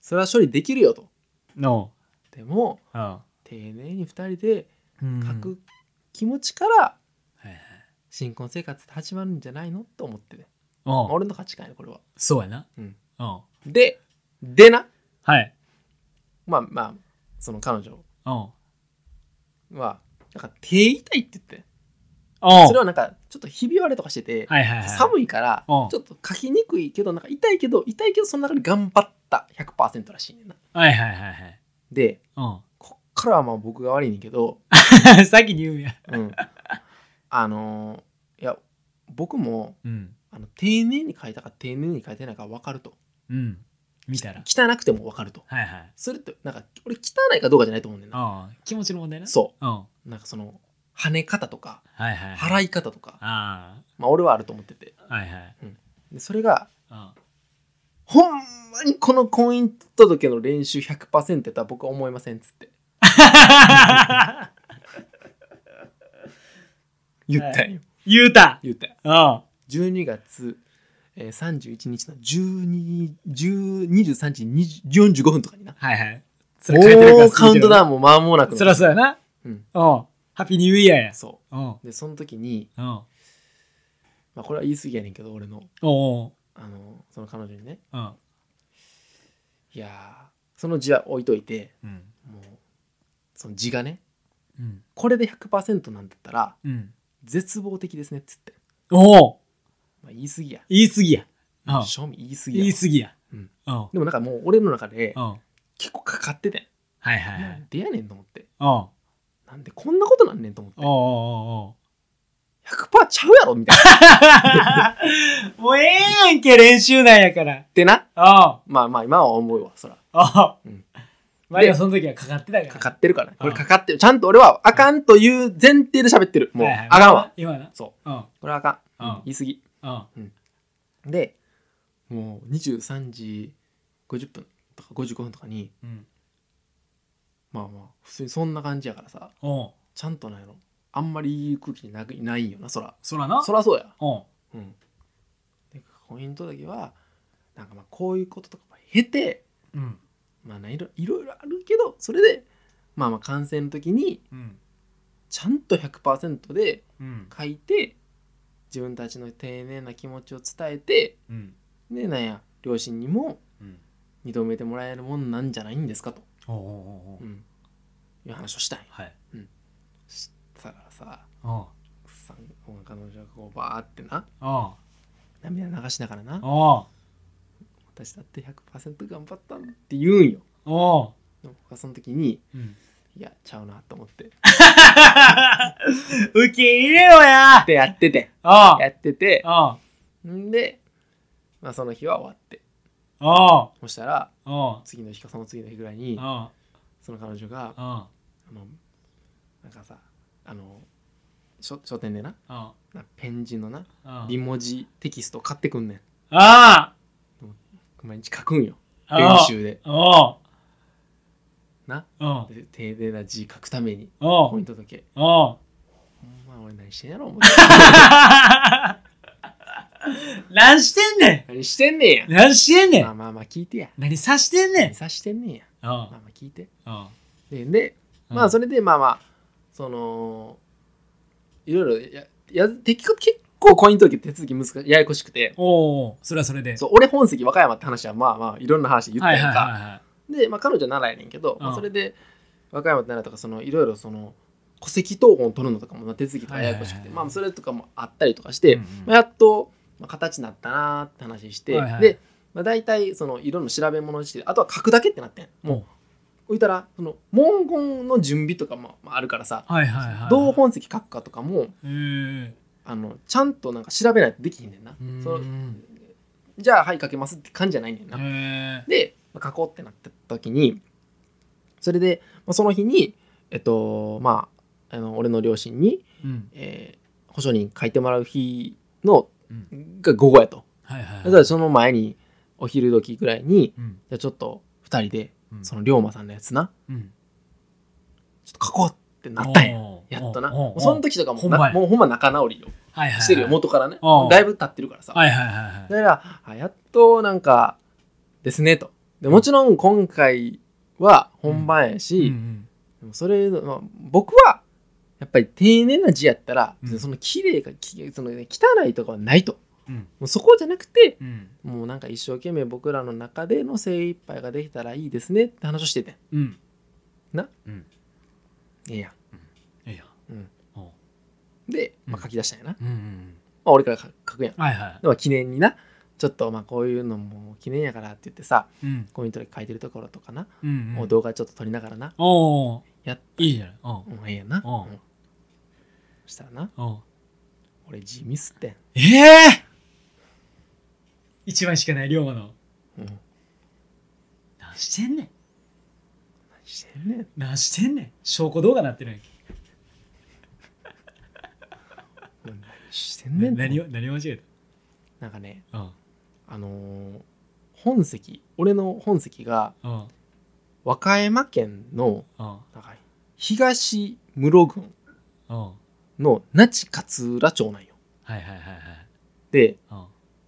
Speaker 1: それは処理できるよと
Speaker 2: の
Speaker 1: でも
Speaker 2: うん
Speaker 1: 丁寧に2人で書
Speaker 2: 書
Speaker 1: く気持ちから
Speaker 2: はいはい
Speaker 1: 新婚生活って始まるんじゃないのと思ってね
Speaker 2: うん
Speaker 1: 俺の価値観やねこれは
Speaker 2: そうやな
Speaker 1: うん
Speaker 2: うん
Speaker 1: ででな
Speaker 2: はい
Speaker 1: まあまあその彼女
Speaker 2: うん
Speaker 1: はなんか手痛いって言って
Speaker 2: うん
Speaker 1: それはなんかちょっとひび割れとかしてて、
Speaker 2: はいはいはい
Speaker 1: 寒いからち
Speaker 2: う
Speaker 1: ょ
Speaker 2: ん
Speaker 1: っと書きにくいけどなんか痛いけど痛いけどその中で頑張った100%らしいねんな
Speaker 2: はいはいはいはい
Speaker 1: で
Speaker 2: う
Speaker 1: こっからはまあ僕が悪いねんけど、
Speaker 2: ん先に言うんや
Speaker 1: うん、あのーいや僕も
Speaker 2: うん
Speaker 1: あの丁寧に書いたか丁寧に書いてないか分かると
Speaker 2: うん見たら
Speaker 1: 汚くても分かると
Speaker 2: はいはい
Speaker 1: それってなんか俺汚いかどうかじゃないと思うねんだ
Speaker 2: うん気持ちの問題な
Speaker 1: そ
Speaker 2: うんは
Speaker 1: うなんかその跳ね方とか
Speaker 2: いはい
Speaker 1: 払い方とか、
Speaker 2: あ
Speaker 1: まあ俺はあると思ってて
Speaker 2: あはいはい
Speaker 1: でそれが
Speaker 2: うん
Speaker 1: ほんまにこの婚姻届の練習100%やったら僕は思いませんっつって言ったんよ、
Speaker 2: 言うた
Speaker 1: 言ったんよ
Speaker 2: うん
Speaker 1: 12月、えー、31日の12 10 23時20 45分とかにな
Speaker 2: はいはい。
Speaker 1: もうカウントダ
Speaker 2: ウ
Speaker 1: ウンも間もなくな
Speaker 2: そりゃそうやな。
Speaker 1: うん
Speaker 2: おうハッピーニューイヤーや。
Speaker 1: そ
Speaker 2: うん。うん。
Speaker 1: うでその時に、
Speaker 2: おう
Speaker 1: まあ、これは言い過ぎやねんけど俺の
Speaker 2: おう
Speaker 1: あのその彼女にね
Speaker 2: うん。
Speaker 1: いやーその字は置いといて
Speaker 2: うん。
Speaker 1: もうその字がね
Speaker 2: うん。
Speaker 1: これで100%なんだったら
Speaker 2: うん。
Speaker 1: 絶望的ですねっつって、
Speaker 2: おう
Speaker 1: まあ、言い過ぎや
Speaker 2: 言い過ぎや。うん。
Speaker 1: 正味言い過ぎや
Speaker 2: 言い過ぎや。
Speaker 1: うん。
Speaker 2: おう
Speaker 1: でもなんかもう俺の中で
Speaker 2: おう
Speaker 1: 結構かかってて
Speaker 2: はいはいは。
Speaker 1: ないんでやねんと思って
Speaker 2: おう
Speaker 1: なんでこんなことなんねんと思って
Speaker 2: おうおうおうおう
Speaker 1: 100%ちゃうやろみたいな
Speaker 2: もうええやんけ、練習なんやから。
Speaker 1: ってな
Speaker 2: おう
Speaker 1: まあまあ今は思うわそら
Speaker 2: おう
Speaker 1: うん
Speaker 2: マリオその時はかかってたから。
Speaker 1: かかってるからねこれ
Speaker 2: うん
Speaker 1: かかってるちゃんと俺はあかんという前提で喋ってるもう
Speaker 2: はいはい
Speaker 1: あかんわ。
Speaker 2: 今な。
Speaker 1: そう
Speaker 2: うん。
Speaker 1: これはあかん、
Speaker 2: うん
Speaker 1: 言い過ぎ
Speaker 2: うん。
Speaker 1: でもう23時50分とか55分とかに
Speaker 2: うん。
Speaker 1: まあまあ普通にそんな感じやからさ
Speaker 2: おう
Speaker 1: ちゃんとなんやろあんまりいい空気になくないんよなそら
Speaker 2: そらな。
Speaker 1: そらそうや
Speaker 2: おう
Speaker 1: うんでポイントだけはなんかまあこういうこととかも経て
Speaker 2: うん。
Speaker 1: まあないろいろいろあるけどそれでまあまあ完成の時に
Speaker 2: うん。
Speaker 1: ちゃんと100%で
Speaker 2: うん。
Speaker 1: 書いて自分たちの丁寧な気持ちを伝えて
Speaker 2: うん。
Speaker 1: でなんや両親にも
Speaker 2: うん。
Speaker 1: 認めてもらえるもんなんじゃないんですかと、
Speaker 2: おうおうおうお
Speaker 1: う、
Speaker 2: うん
Speaker 1: いう話をしたい
Speaker 2: はい。
Speaker 1: したらさ
Speaker 2: おう
Speaker 1: 奥さん彼女がこうバーってな
Speaker 2: おう
Speaker 1: 涙流しながらな
Speaker 2: おう
Speaker 1: 私だって100%頑張ったんって言うんよ
Speaker 2: おう
Speaker 1: でも僕はその時に
Speaker 2: うん。
Speaker 1: いやちゃうなと思って
Speaker 2: 受け入れろや
Speaker 1: でやってて
Speaker 2: おう
Speaker 1: やってて
Speaker 2: おうん
Speaker 1: で、まあ、その日は終わって
Speaker 2: おう
Speaker 1: そしたら
Speaker 2: おう
Speaker 1: 次の日かその次の日ぐらいに
Speaker 2: おう
Speaker 1: その彼女があ
Speaker 2: おう
Speaker 1: のなんかさあの書書店でな
Speaker 2: おう
Speaker 1: なペン字のな
Speaker 2: おう
Speaker 1: 美文字テキスト買ってくんね
Speaker 2: あ
Speaker 1: ん毎日書くんよ
Speaker 2: あ
Speaker 1: 練習で
Speaker 2: おう
Speaker 1: な
Speaker 2: おう
Speaker 1: で丁寧な字書くために
Speaker 2: お
Speaker 1: ポイ
Speaker 2: う
Speaker 1: ントだけ
Speaker 2: おう
Speaker 1: ほんま俺何してんやろ思って
Speaker 2: 何してんね
Speaker 1: 何してんね
Speaker 2: ん何してん
Speaker 1: ん
Speaker 2: ね
Speaker 1: やまあ
Speaker 2: ん
Speaker 1: まあまあ聞いてや
Speaker 2: 何さしてんね
Speaker 1: 何さしてんねんや
Speaker 2: んおう
Speaker 1: まあまあ聞いて
Speaker 2: おう
Speaker 1: ででまあそれでまあまあそのいろいろやや結構結構婚姻届って手続き難しややこしくて
Speaker 2: おうそれはそれで
Speaker 1: そう俺本籍和歌山って話はまあまあいろんな話言った
Speaker 2: は
Speaker 1: や
Speaker 2: い
Speaker 1: んか、
Speaker 2: はいはいはい
Speaker 1: で、まあ、彼女は奈良やねんけど、ま
Speaker 2: う
Speaker 1: あ、
Speaker 2: ん
Speaker 1: それで和歌山って奈良とかそのいろいろその戸籍謄本取るのとかもまあ手続きとかややこしく
Speaker 2: はいはい
Speaker 1: て
Speaker 2: はい
Speaker 1: まあそれとかもあったりとかして、
Speaker 2: うんうん
Speaker 1: まあ、やっと、まあ、形になったなーって話して、
Speaker 2: はいはい
Speaker 1: で、まあ、大体そのいろんな調べ物してあとは書くだけってなってんもう置いたらその文言の準備とかもまああるからさ
Speaker 2: はいはいはい
Speaker 1: どう本籍書くかとかも
Speaker 2: えー
Speaker 1: あのちゃんとなんか調べないとできひんねんな
Speaker 2: うーん
Speaker 1: そのじゃあはい書けますって感じじゃないねんな
Speaker 2: へー
Speaker 1: で、まあ、書こうってなった時にそれで、まあ、その日にえっとまああの俺の両親に、
Speaker 2: うん
Speaker 1: えー保証人書いてもらう日の
Speaker 2: うん
Speaker 1: が午後やと
Speaker 2: はいはいはい
Speaker 1: だからその前にお昼時ぐらいに
Speaker 2: うん
Speaker 1: じゃあちょっと2人で
Speaker 2: ううん
Speaker 1: その龍馬さんのやつな
Speaker 2: うん
Speaker 1: ちょっと書こうってなったんや
Speaker 2: おー
Speaker 1: やっとな
Speaker 2: おー
Speaker 1: も
Speaker 2: おー
Speaker 1: うその時とかも
Speaker 2: ほんま
Speaker 1: な
Speaker 2: や
Speaker 1: もうほんま仲直りを
Speaker 2: はいはいはい
Speaker 1: してるよ元からね
Speaker 2: おう
Speaker 1: だいぶ経ってるからさ
Speaker 2: はいはいはいはい
Speaker 1: だからあやっとなんかですねとでもちろん今回は本番やし、
Speaker 2: うん
Speaker 1: でもそれ、まあ、僕はやっぱり丁寧な字やったら、
Speaker 2: うん
Speaker 1: その綺麗かきそのね汚いとかはないと
Speaker 2: うん
Speaker 1: もうそこじゃなくて
Speaker 2: うん
Speaker 1: もうなんか一生懸命僕らの中での精一杯ができたらいいですねって話をしててん
Speaker 2: うん
Speaker 1: な
Speaker 2: うん
Speaker 1: ええや
Speaker 2: いいや
Speaker 1: ん、うん
Speaker 2: おう
Speaker 1: で、ま
Speaker 2: う
Speaker 1: あ、
Speaker 2: ん書
Speaker 1: 書き出したんやな、
Speaker 2: うんうん
Speaker 1: まあ、俺から書書くやん
Speaker 2: うんはいはい
Speaker 1: でも記念になちょっとまあこういうのも記念やからって言ってさ
Speaker 2: うん
Speaker 1: コメントで書いてるところとかな、
Speaker 2: うん
Speaker 1: も
Speaker 2: う
Speaker 1: うん動画ちょっと撮りながらな
Speaker 2: おー
Speaker 1: やっ
Speaker 2: いいじゃないうん
Speaker 1: うんええやんな、
Speaker 2: うん
Speaker 1: うんそしたらな
Speaker 2: うん
Speaker 1: 俺字ミスってん
Speaker 2: ええ一枚しかない龍馬の
Speaker 1: うん何
Speaker 2: 何してんねん
Speaker 1: してんねん
Speaker 2: 何してんねん証拠動画なってない
Speaker 1: お前何してんねん
Speaker 2: 何を何を間違え
Speaker 1: なんかね
Speaker 2: たうん
Speaker 1: あのー本籍俺の本籍が
Speaker 2: うん
Speaker 1: 和歌山県の
Speaker 2: うん
Speaker 1: なんか東室郡
Speaker 2: うんはい
Speaker 1: の那智勝浦町なんよ
Speaker 2: はいはいはい
Speaker 1: で
Speaker 2: うん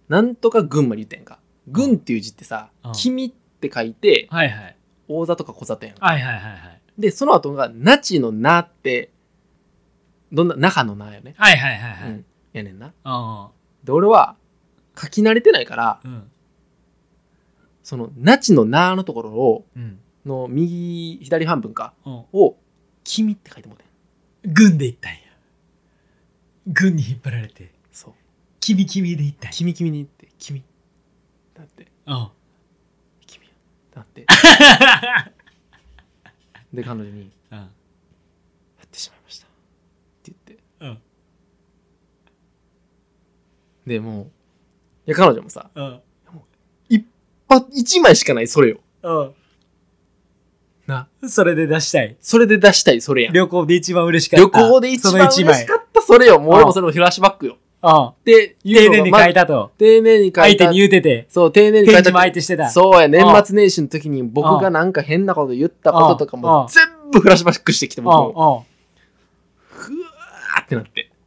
Speaker 1: なんとか群馬で言ってんか群っていう字ってさ
Speaker 2: うん
Speaker 1: 「君」って書いて
Speaker 2: はいはい
Speaker 1: 大座とか小座店
Speaker 2: はいはいはいはい
Speaker 1: でその後が「那智の那」ってどんな那覇の那よね、
Speaker 2: はいはいはいはい
Speaker 1: うん、やねんな
Speaker 2: う
Speaker 1: で俺は書き慣れてないから
Speaker 2: んうん
Speaker 1: その「那智の那」のところを
Speaker 2: うん
Speaker 1: の右左半分か
Speaker 2: うん
Speaker 1: を「君」って書いてもうてん
Speaker 2: 軍で行ったんや軍に引っ張られて
Speaker 1: そう「
Speaker 2: 君君で行ったんや
Speaker 1: 君君に」って「君」だって
Speaker 2: うん
Speaker 1: 「君」だって で彼女に
Speaker 2: う
Speaker 1: 「
Speaker 2: ん
Speaker 1: やってしまいました」って言って
Speaker 2: うん
Speaker 1: でもういや彼女もさ
Speaker 2: うん
Speaker 1: あ一枚しかないそれよ
Speaker 2: なそれで出したい
Speaker 1: それで出したいそれやん
Speaker 2: 旅行で一番嬉しかった
Speaker 1: 旅行で一番嬉しかったそれよもう俺もそれもフラッシュバックよ
Speaker 2: うん
Speaker 1: で
Speaker 2: 丁寧に書い
Speaker 1: た
Speaker 2: たと
Speaker 1: 丁寧に書い
Speaker 2: 相手
Speaker 1: た
Speaker 2: に言うてて
Speaker 1: そう丁寧に
Speaker 2: 天
Speaker 1: 書い
Speaker 2: 示も
Speaker 1: た
Speaker 2: 相手してた
Speaker 1: そうや年
Speaker 2: ああ
Speaker 1: 末年始の時に僕がなんか変なこと言ったこととか
Speaker 2: ああ
Speaker 1: も全部フラッシュバックしてきて
Speaker 2: う
Speaker 1: 僕も
Speaker 2: んうん
Speaker 1: ふわーってなって。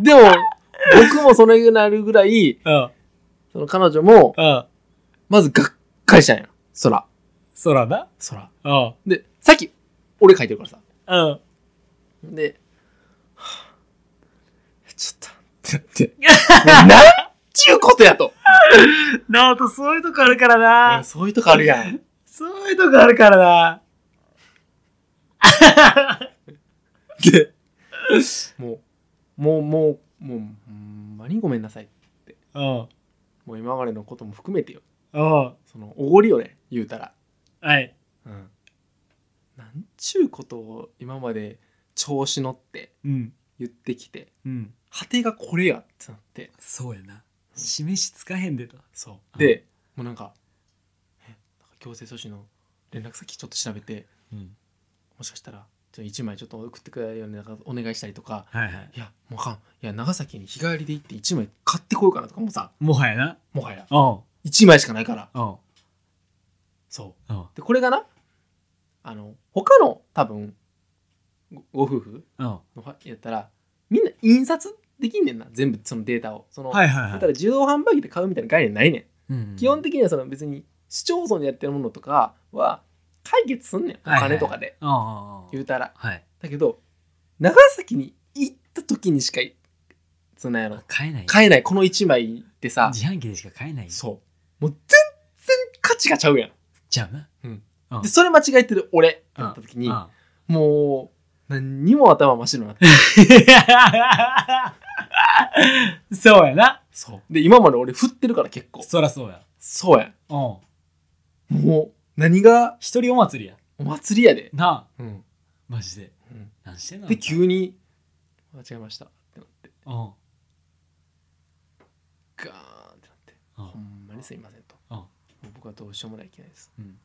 Speaker 1: でも、僕もそれになるぐらい、
Speaker 2: うん
Speaker 1: その彼女も、
Speaker 2: うん
Speaker 1: まずがっかりしたんや。空。
Speaker 2: 空な
Speaker 1: 空。
Speaker 2: うん
Speaker 1: で、さっき、俺書いてるからさ。
Speaker 2: うん
Speaker 1: で、はぁちょっと、って なって。なんちゅうことやと。
Speaker 2: なおとそういうとこあるから
Speaker 1: 俺
Speaker 2: な
Speaker 1: そういうとこあるやん。
Speaker 2: そういうとこあるからな
Speaker 1: で、もう、もう、もう、もう、ほんまにごめんなさい。
Speaker 2: うん
Speaker 1: もう今までのことも含めてよ。
Speaker 2: うん
Speaker 1: その、おごりよね、言うたら。
Speaker 2: はい
Speaker 1: うん、なんちゅうことを今まで調子乗って
Speaker 2: うん
Speaker 1: 言ってきて
Speaker 2: うん
Speaker 1: 果てがこれやってなって
Speaker 2: そうやな示しつかへんでと
Speaker 1: そうでもうなんかえなんか強制措置の連絡先ちょっと調べて
Speaker 2: うん
Speaker 1: もしかしたらちょっと1枚ちょっと送ってくれるようになんかお願いしたりとか
Speaker 2: はいはい
Speaker 1: いやもうあかんいや長崎に日帰りで行って1枚買ってこようかなとかもうさ
Speaker 2: もはやな
Speaker 1: もはや
Speaker 2: うん
Speaker 1: 1枚しかないから
Speaker 2: うん
Speaker 1: そう
Speaker 2: うん
Speaker 1: でこれがなあの他の多分ごご夫婦
Speaker 2: うん
Speaker 1: のファやったらみんな印刷できんねんな全部そのデータをその、
Speaker 2: はいはい
Speaker 1: だ
Speaker 2: は
Speaker 1: から
Speaker 2: い
Speaker 1: 自動販売機で買うみたいな概念ないねん、
Speaker 2: うん
Speaker 1: 基本的にはその別に市町村でやってるものとかは解決すんねんお
Speaker 2: はいはい
Speaker 1: 金とかで
Speaker 2: うんうんうん
Speaker 1: 言うたら
Speaker 2: はい
Speaker 1: だけど長崎に行った時にしかそんなんやろ
Speaker 2: 買えない
Speaker 1: 買えないこの1枚ってさ
Speaker 2: 自販機でしか買えない
Speaker 1: そうもう全然価値がちゃうやん
Speaker 2: じゃあな
Speaker 1: でそれ間違えてる俺ってなった時に
Speaker 2: うん
Speaker 1: もう何にも頭真っ白になって
Speaker 2: そうやな。
Speaker 1: そうで今まで俺振ってるから結構
Speaker 2: そらそうや。
Speaker 1: そうやん
Speaker 2: うん。
Speaker 1: もう何が
Speaker 2: 一人お祭りや。
Speaker 1: お祭りやで、
Speaker 2: なあ、
Speaker 1: うん
Speaker 2: マジで。何してんの
Speaker 1: で急に「間違えました」ってなって
Speaker 2: うん。
Speaker 1: ガーンってなって
Speaker 2: う
Speaker 1: 「ほ
Speaker 2: ん。
Speaker 1: んまにすいません」と「
Speaker 2: うん
Speaker 1: もう僕はどうしようもないけないです
Speaker 2: うん。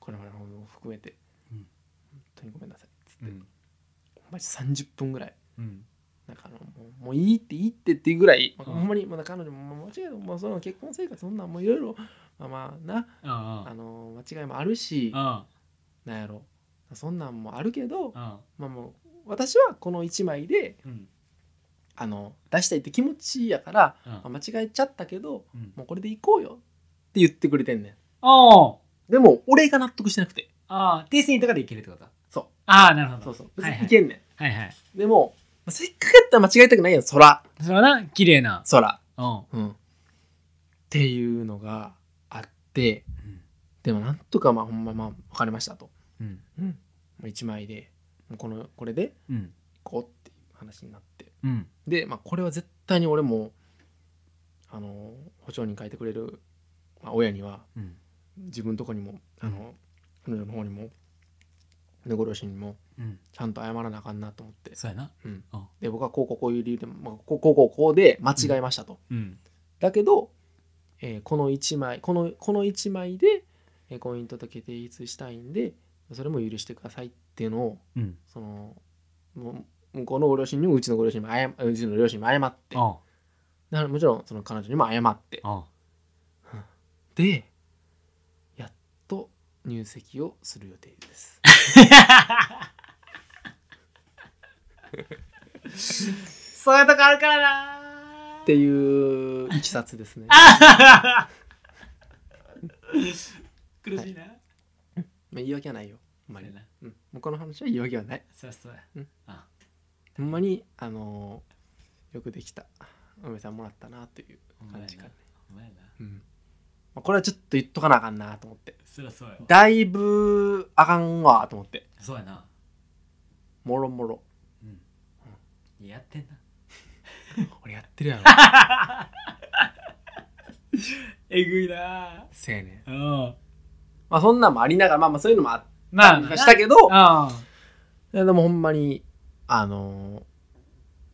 Speaker 1: これまでのも含めて、
Speaker 2: うん
Speaker 1: 本当にごめんなさい」っつって、
Speaker 2: うん。
Speaker 1: マジ30分ぐらい
Speaker 2: うん。
Speaker 1: なんかあのもうもういいっていいってっていうぐらい、まあ、
Speaker 2: うん
Speaker 1: ほんまに、まあ、彼女ももちろんもうその結婚生活そんなんもういろいろまあまあなあ
Speaker 2: う
Speaker 1: の間違いもあるし
Speaker 2: んうん
Speaker 1: なんやろそんなんもあるけど、
Speaker 2: うん
Speaker 1: まあ、もう私はこの1枚で
Speaker 2: うん
Speaker 1: あの出したいって気持ちやから、
Speaker 2: うん
Speaker 1: まあ間違えちゃったけど
Speaker 2: うん
Speaker 1: もうこれで行こうよって言ってくれてんね
Speaker 2: おー
Speaker 1: んでも俺が納得してなくて
Speaker 2: ああ、訂正とかでいけるってこと
Speaker 1: そう。
Speaker 2: ああ、なるほど。
Speaker 1: そうそう別
Speaker 2: はいはい
Speaker 1: にいけんねん、
Speaker 2: はいはい。
Speaker 1: でもまあせっかくやったら間違えたくないやん空
Speaker 2: それはな、綺麗な。
Speaker 1: 空
Speaker 2: うん。
Speaker 1: うんっていうのがあってでもなんとかまあほんままあ分かりましたと、
Speaker 2: うん。
Speaker 1: うん、もう1枚でもうこのこれで
Speaker 2: うん。
Speaker 1: 行こうっていう話になって
Speaker 2: うん。
Speaker 1: で、まあ、これは絶対に俺もあの保証人書いてくれる、まあ、親には
Speaker 2: うん。
Speaker 1: 自分のとこにもあの彼女の方にもご両親にも
Speaker 2: うん。
Speaker 1: ちゃんと謝らなあかんなと思って、
Speaker 2: そうやな。
Speaker 1: うん
Speaker 2: あ
Speaker 1: で僕はこうこうこういう理由で、まあ、こうこうこうこうで間違えましたと、
Speaker 2: うん。
Speaker 1: だけど、えーこの1枚このこの1枚でえー婚姻届提出したいんでそれも許してくださいっていうのを
Speaker 2: うん。
Speaker 1: そのもう向こうのご両親にもうちのご両親にも謝うちの両親にも謝って
Speaker 2: ああ。
Speaker 1: だからもちろんその彼女にも謝って
Speaker 2: あ
Speaker 1: でやっと入籍をする予定です
Speaker 2: あ。そういうとこあるからなー。
Speaker 1: っていういきさつですね
Speaker 2: あはは 苦しいな。
Speaker 1: まあ言い訳はないよほんま
Speaker 2: そ
Speaker 1: に
Speaker 2: うや、な
Speaker 1: うん、もうこの話は言い訳はない
Speaker 2: そうそうや
Speaker 1: うん。
Speaker 2: あ
Speaker 1: ほんまにあのーよくできたお嫁さんもらったなという
Speaker 2: ほんまや
Speaker 1: 感じか
Speaker 2: な
Speaker 1: ね。
Speaker 2: ほんまやな。
Speaker 1: うんまあ、これはちょっと言っとかなあかんなと思って
Speaker 2: そりゃそうやわ。
Speaker 1: だいぶあかんわと思って
Speaker 2: そうやな。
Speaker 1: もろもろ
Speaker 2: うん。やってんな。
Speaker 1: 俺やってるやろ
Speaker 2: えぐいな
Speaker 1: せやねん
Speaker 2: うん。
Speaker 1: まあそんなんもありながらまあまあそういうのもあっ
Speaker 2: まあ、
Speaker 1: たりしたけど
Speaker 2: あ
Speaker 1: いやでもほんまにあのーま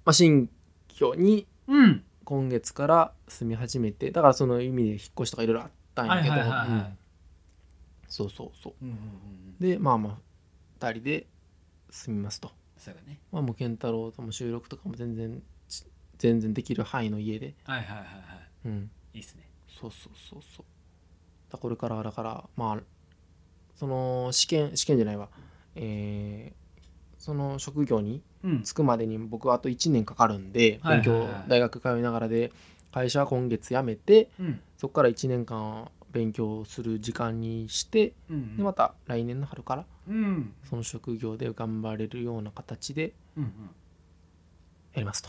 Speaker 1: あ新居に
Speaker 2: うん。
Speaker 1: 今月から住み始めてだからその意味で引っ越しとかいろいろあったんやけど、
Speaker 2: はいはいはいはい
Speaker 1: うんそうそうそう
Speaker 2: うんうんうんうん。
Speaker 1: でまあまあ2人で住みますと、
Speaker 2: そうだね。
Speaker 1: まあ、もう健太郎とも収録とかも全然し全然できる範囲の家で、
Speaker 2: はいはいはいは
Speaker 1: うん、
Speaker 2: い。いいっすね。
Speaker 1: そうそうそうそうだこれからはだからまあその試験試験じゃないわえーその職業に
Speaker 2: うん。
Speaker 1: 着くまでに僕はあと1年かかるんで
Speaker 2: はい
Speaker 1: 勉
Speaker 2: はいはい
Speaker 1: 強大学通いながらで会社は今月辞めて
Speaker 2: うん。
Speaker 1: そこから1年間勉強する時間にして
Speaker 2: う
Speaker 1: で
Speaker 2: ん
Speaker 1: また来年の春から
Speaker 2: うん。
Speaker 1: その職業で頑張れるような形で
Speaker 2: うん。
Speaker 1: やりますと。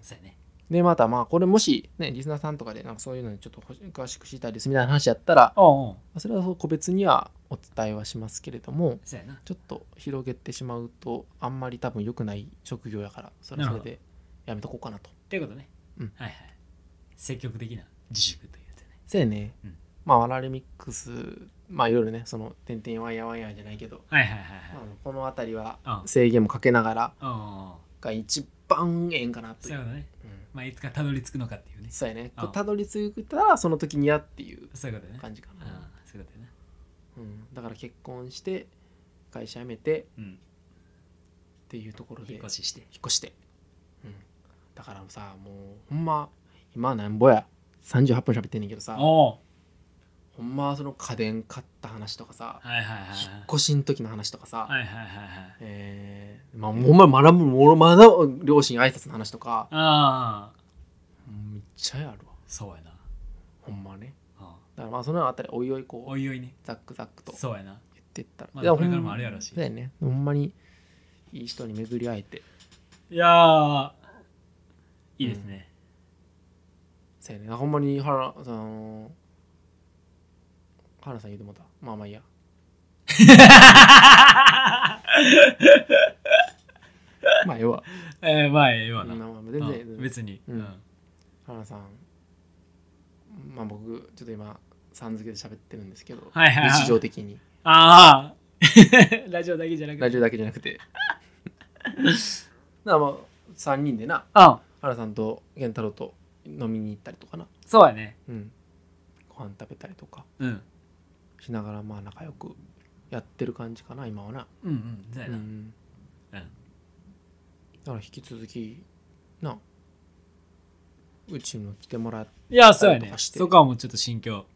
Speaker 2: そうやね。
Speaker 1: でまたまあこれもしねリスナーさんとかでなんかそういうのにちょっとほし詳しく知りたいですみたいな話やったら
Speaker 2: おうおう。
Speaker 1: まあそれは個別にはお伝えはしますけれども
Speaker 2: そうやな。
Speaker 1: ちょっと広げてしまうとあんまり多分良くない職業やからそれはそれでやめとこうかなと。
Speaker 2: ということね。
Speaker 1: うん
Speaker 2: はいはい。積極的な自粛というやつやね。
Speaker 1: せやね、
Speaker 2: うん
Speaker 1: まあ我々ミックスまあいろいろねその「てんてんわんやわんや」じゃないけど、
Speaker 2: はいはいはい
Speaker 1: まあ
Speaker 2: はい。
Speaker 1: この辺りは
Speaker 2: あ
Speaker 1: 制限もかけながら
Speaker 2: おうおう。
Speaker 1: が一番ええんかなと
Speaker 2: そ
Speaker 1: い
Speaker 2: ういう
Speaker 1: う。
Speaker 2: ことね。
Speaker 1: うん
Speaker 2: まあ、いつかたどり着くのかっていうね。
Speaker 1: そうやね
Speaker 2: あ
Speaker 1: たどり着いたらその時にやっていう
Speaker 2: そういうことね。
Speaker 1: 感じかな。
Speaker 2: ああ、そういうことやな。
Speaker 1: うん、だから結婚して会社辞めて
Speaker 2: うん。
Speaker 1: っていうところで
Speaker 2: 引っ
Speaker 1: 引っ
Speaker 2: 越しして。
Speaker 1: 越して、うん、だからさもうほんま今なんぼや38分喋ってんねんけどさ
Speaker 2: おお。
Speaker 1: ほんまその家電買った話とかさ
Speaker 2: はいはいはいはい。
Speaker 1: 引っ越しの時の話とかさ、
Speaker 2: はいはいはいはい。
Speaker 1: えーまあ、ほんま学ぶもろまだ両親挨拶の話とか
Speaker 2: ああ、
Speaker 1: めっちゃやるわ
Speaker 2: そうやな。
Speaker 1: ほんまね
Speaker 2: あ
Speaker 1: だからまあそのあたりおいおい
Speaker 2: あ
Speaker 1: こ
Speaker 2: おいおいね。
Speaker 1: うザックザックと
Speaker 2: そうやな。
Speaker 1: 言ってったら、
Speaker 2: まあ
Speaker 1: いや
Speaker 2: これからもあるやろし
Speaker 1: ほんまそうやねほんまにいい人に巡り会えて
Speaker 2: いやー、いいですね。
Speaker 1: そうやねほんまに原その原さん言うてもうたまあまあいいやまあ要は
Speaker 2: えー、まあ、ええわな。
Speaker 1: 全然
Speaker 2: う
Speaker 1: 全
Speaker 2: ん
Speaker 1: 然
Speaker 2: 別に。
Speaker 1: う
Speaker 2: うんん。
Speaker 1: 原さんまあ僕ちょっと今さん付けで喋ってるんですけど、
Speaker 2: はいはいはい
Speaker 1: 日常的に
Speaker 2: ああ、 ラジオだけじゃなくて。
Speaker 1: ラジオだけじゃなくて なあまあ3人でな
Speaker 2: あ
Speaker 1: 原さんと源太郎と飲みに行ったりとかな
Speaker 2: そうやね。
Speaker 1: うんご飯食べたりとか
Speaker 2: うん。
Speaker 1: しながらまあ仲良くやってる感じかな今はな
Speaker 2: うんうん、そうや
Speaker 1: う
Speaker 2: な。
Speaker 1: んだから引き続きなうちの来てもらっ
Speaker 2: いや、そうや
Speaker 1: と
Speaker 2: ね。
Speaker 1: かして
Speaker 2: そこはもうちょっと心境。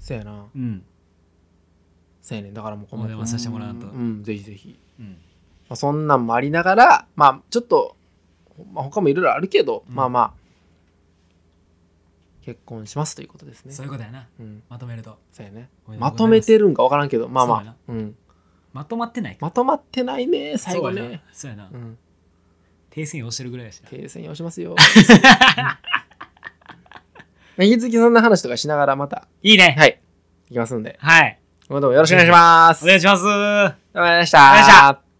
Speaker 1: せやな
Speaker 2: うん。
Speaker 1: せやねんだからもうこ
Speaker 2: お電話させてもらわんと
Speaker 1: うんぜひぜひ、
Speaker 2: うん。
Speaker 1: まあ、そんなんもありながらまあちょっと、まあ、他もいろいろあるけど、
Speaker 2: うん
Speaker 1: まあまあ結婚しますということですね
Speaker 2: そういうことやな。
Speaker 1: うん
Speaker 2: まとめると。
Speaker 1: そうやね
Speaker 2: おめでう
Speaker 1: ま
Speaker 2: ご
Speaker 1: と
Speaker 2: ざい
Speaker 1: め
Speaker 2: す
Speaker 1: てるんか分からんけどまあ
Speaker 2: そうや
Speaker 1: ま
Speaker 2: な
Speaker 1: あ、うん、
Speaker 2: まとまってないか。
Speaker 1: まとまってないね最後ね
Speaker 2: そうやな。そう
Speaker 1: う
Speaker 2: やな。
Speaker 1: ん
Speaker 2: 訂正をしてるぐらいやしな。
Speaker 1: 訂正をします ようん引き続きそんな話とかしながらまた
Speaker 2: いいね。
Speaker 1: はいいきますんで
Speaker 2: はい。
Speaker 1: 今後ともよろしくお願いします
Speaker 2: お願いします。
Speaker 1: どうもありがとうございまし
Speaker 2: ありがとうございました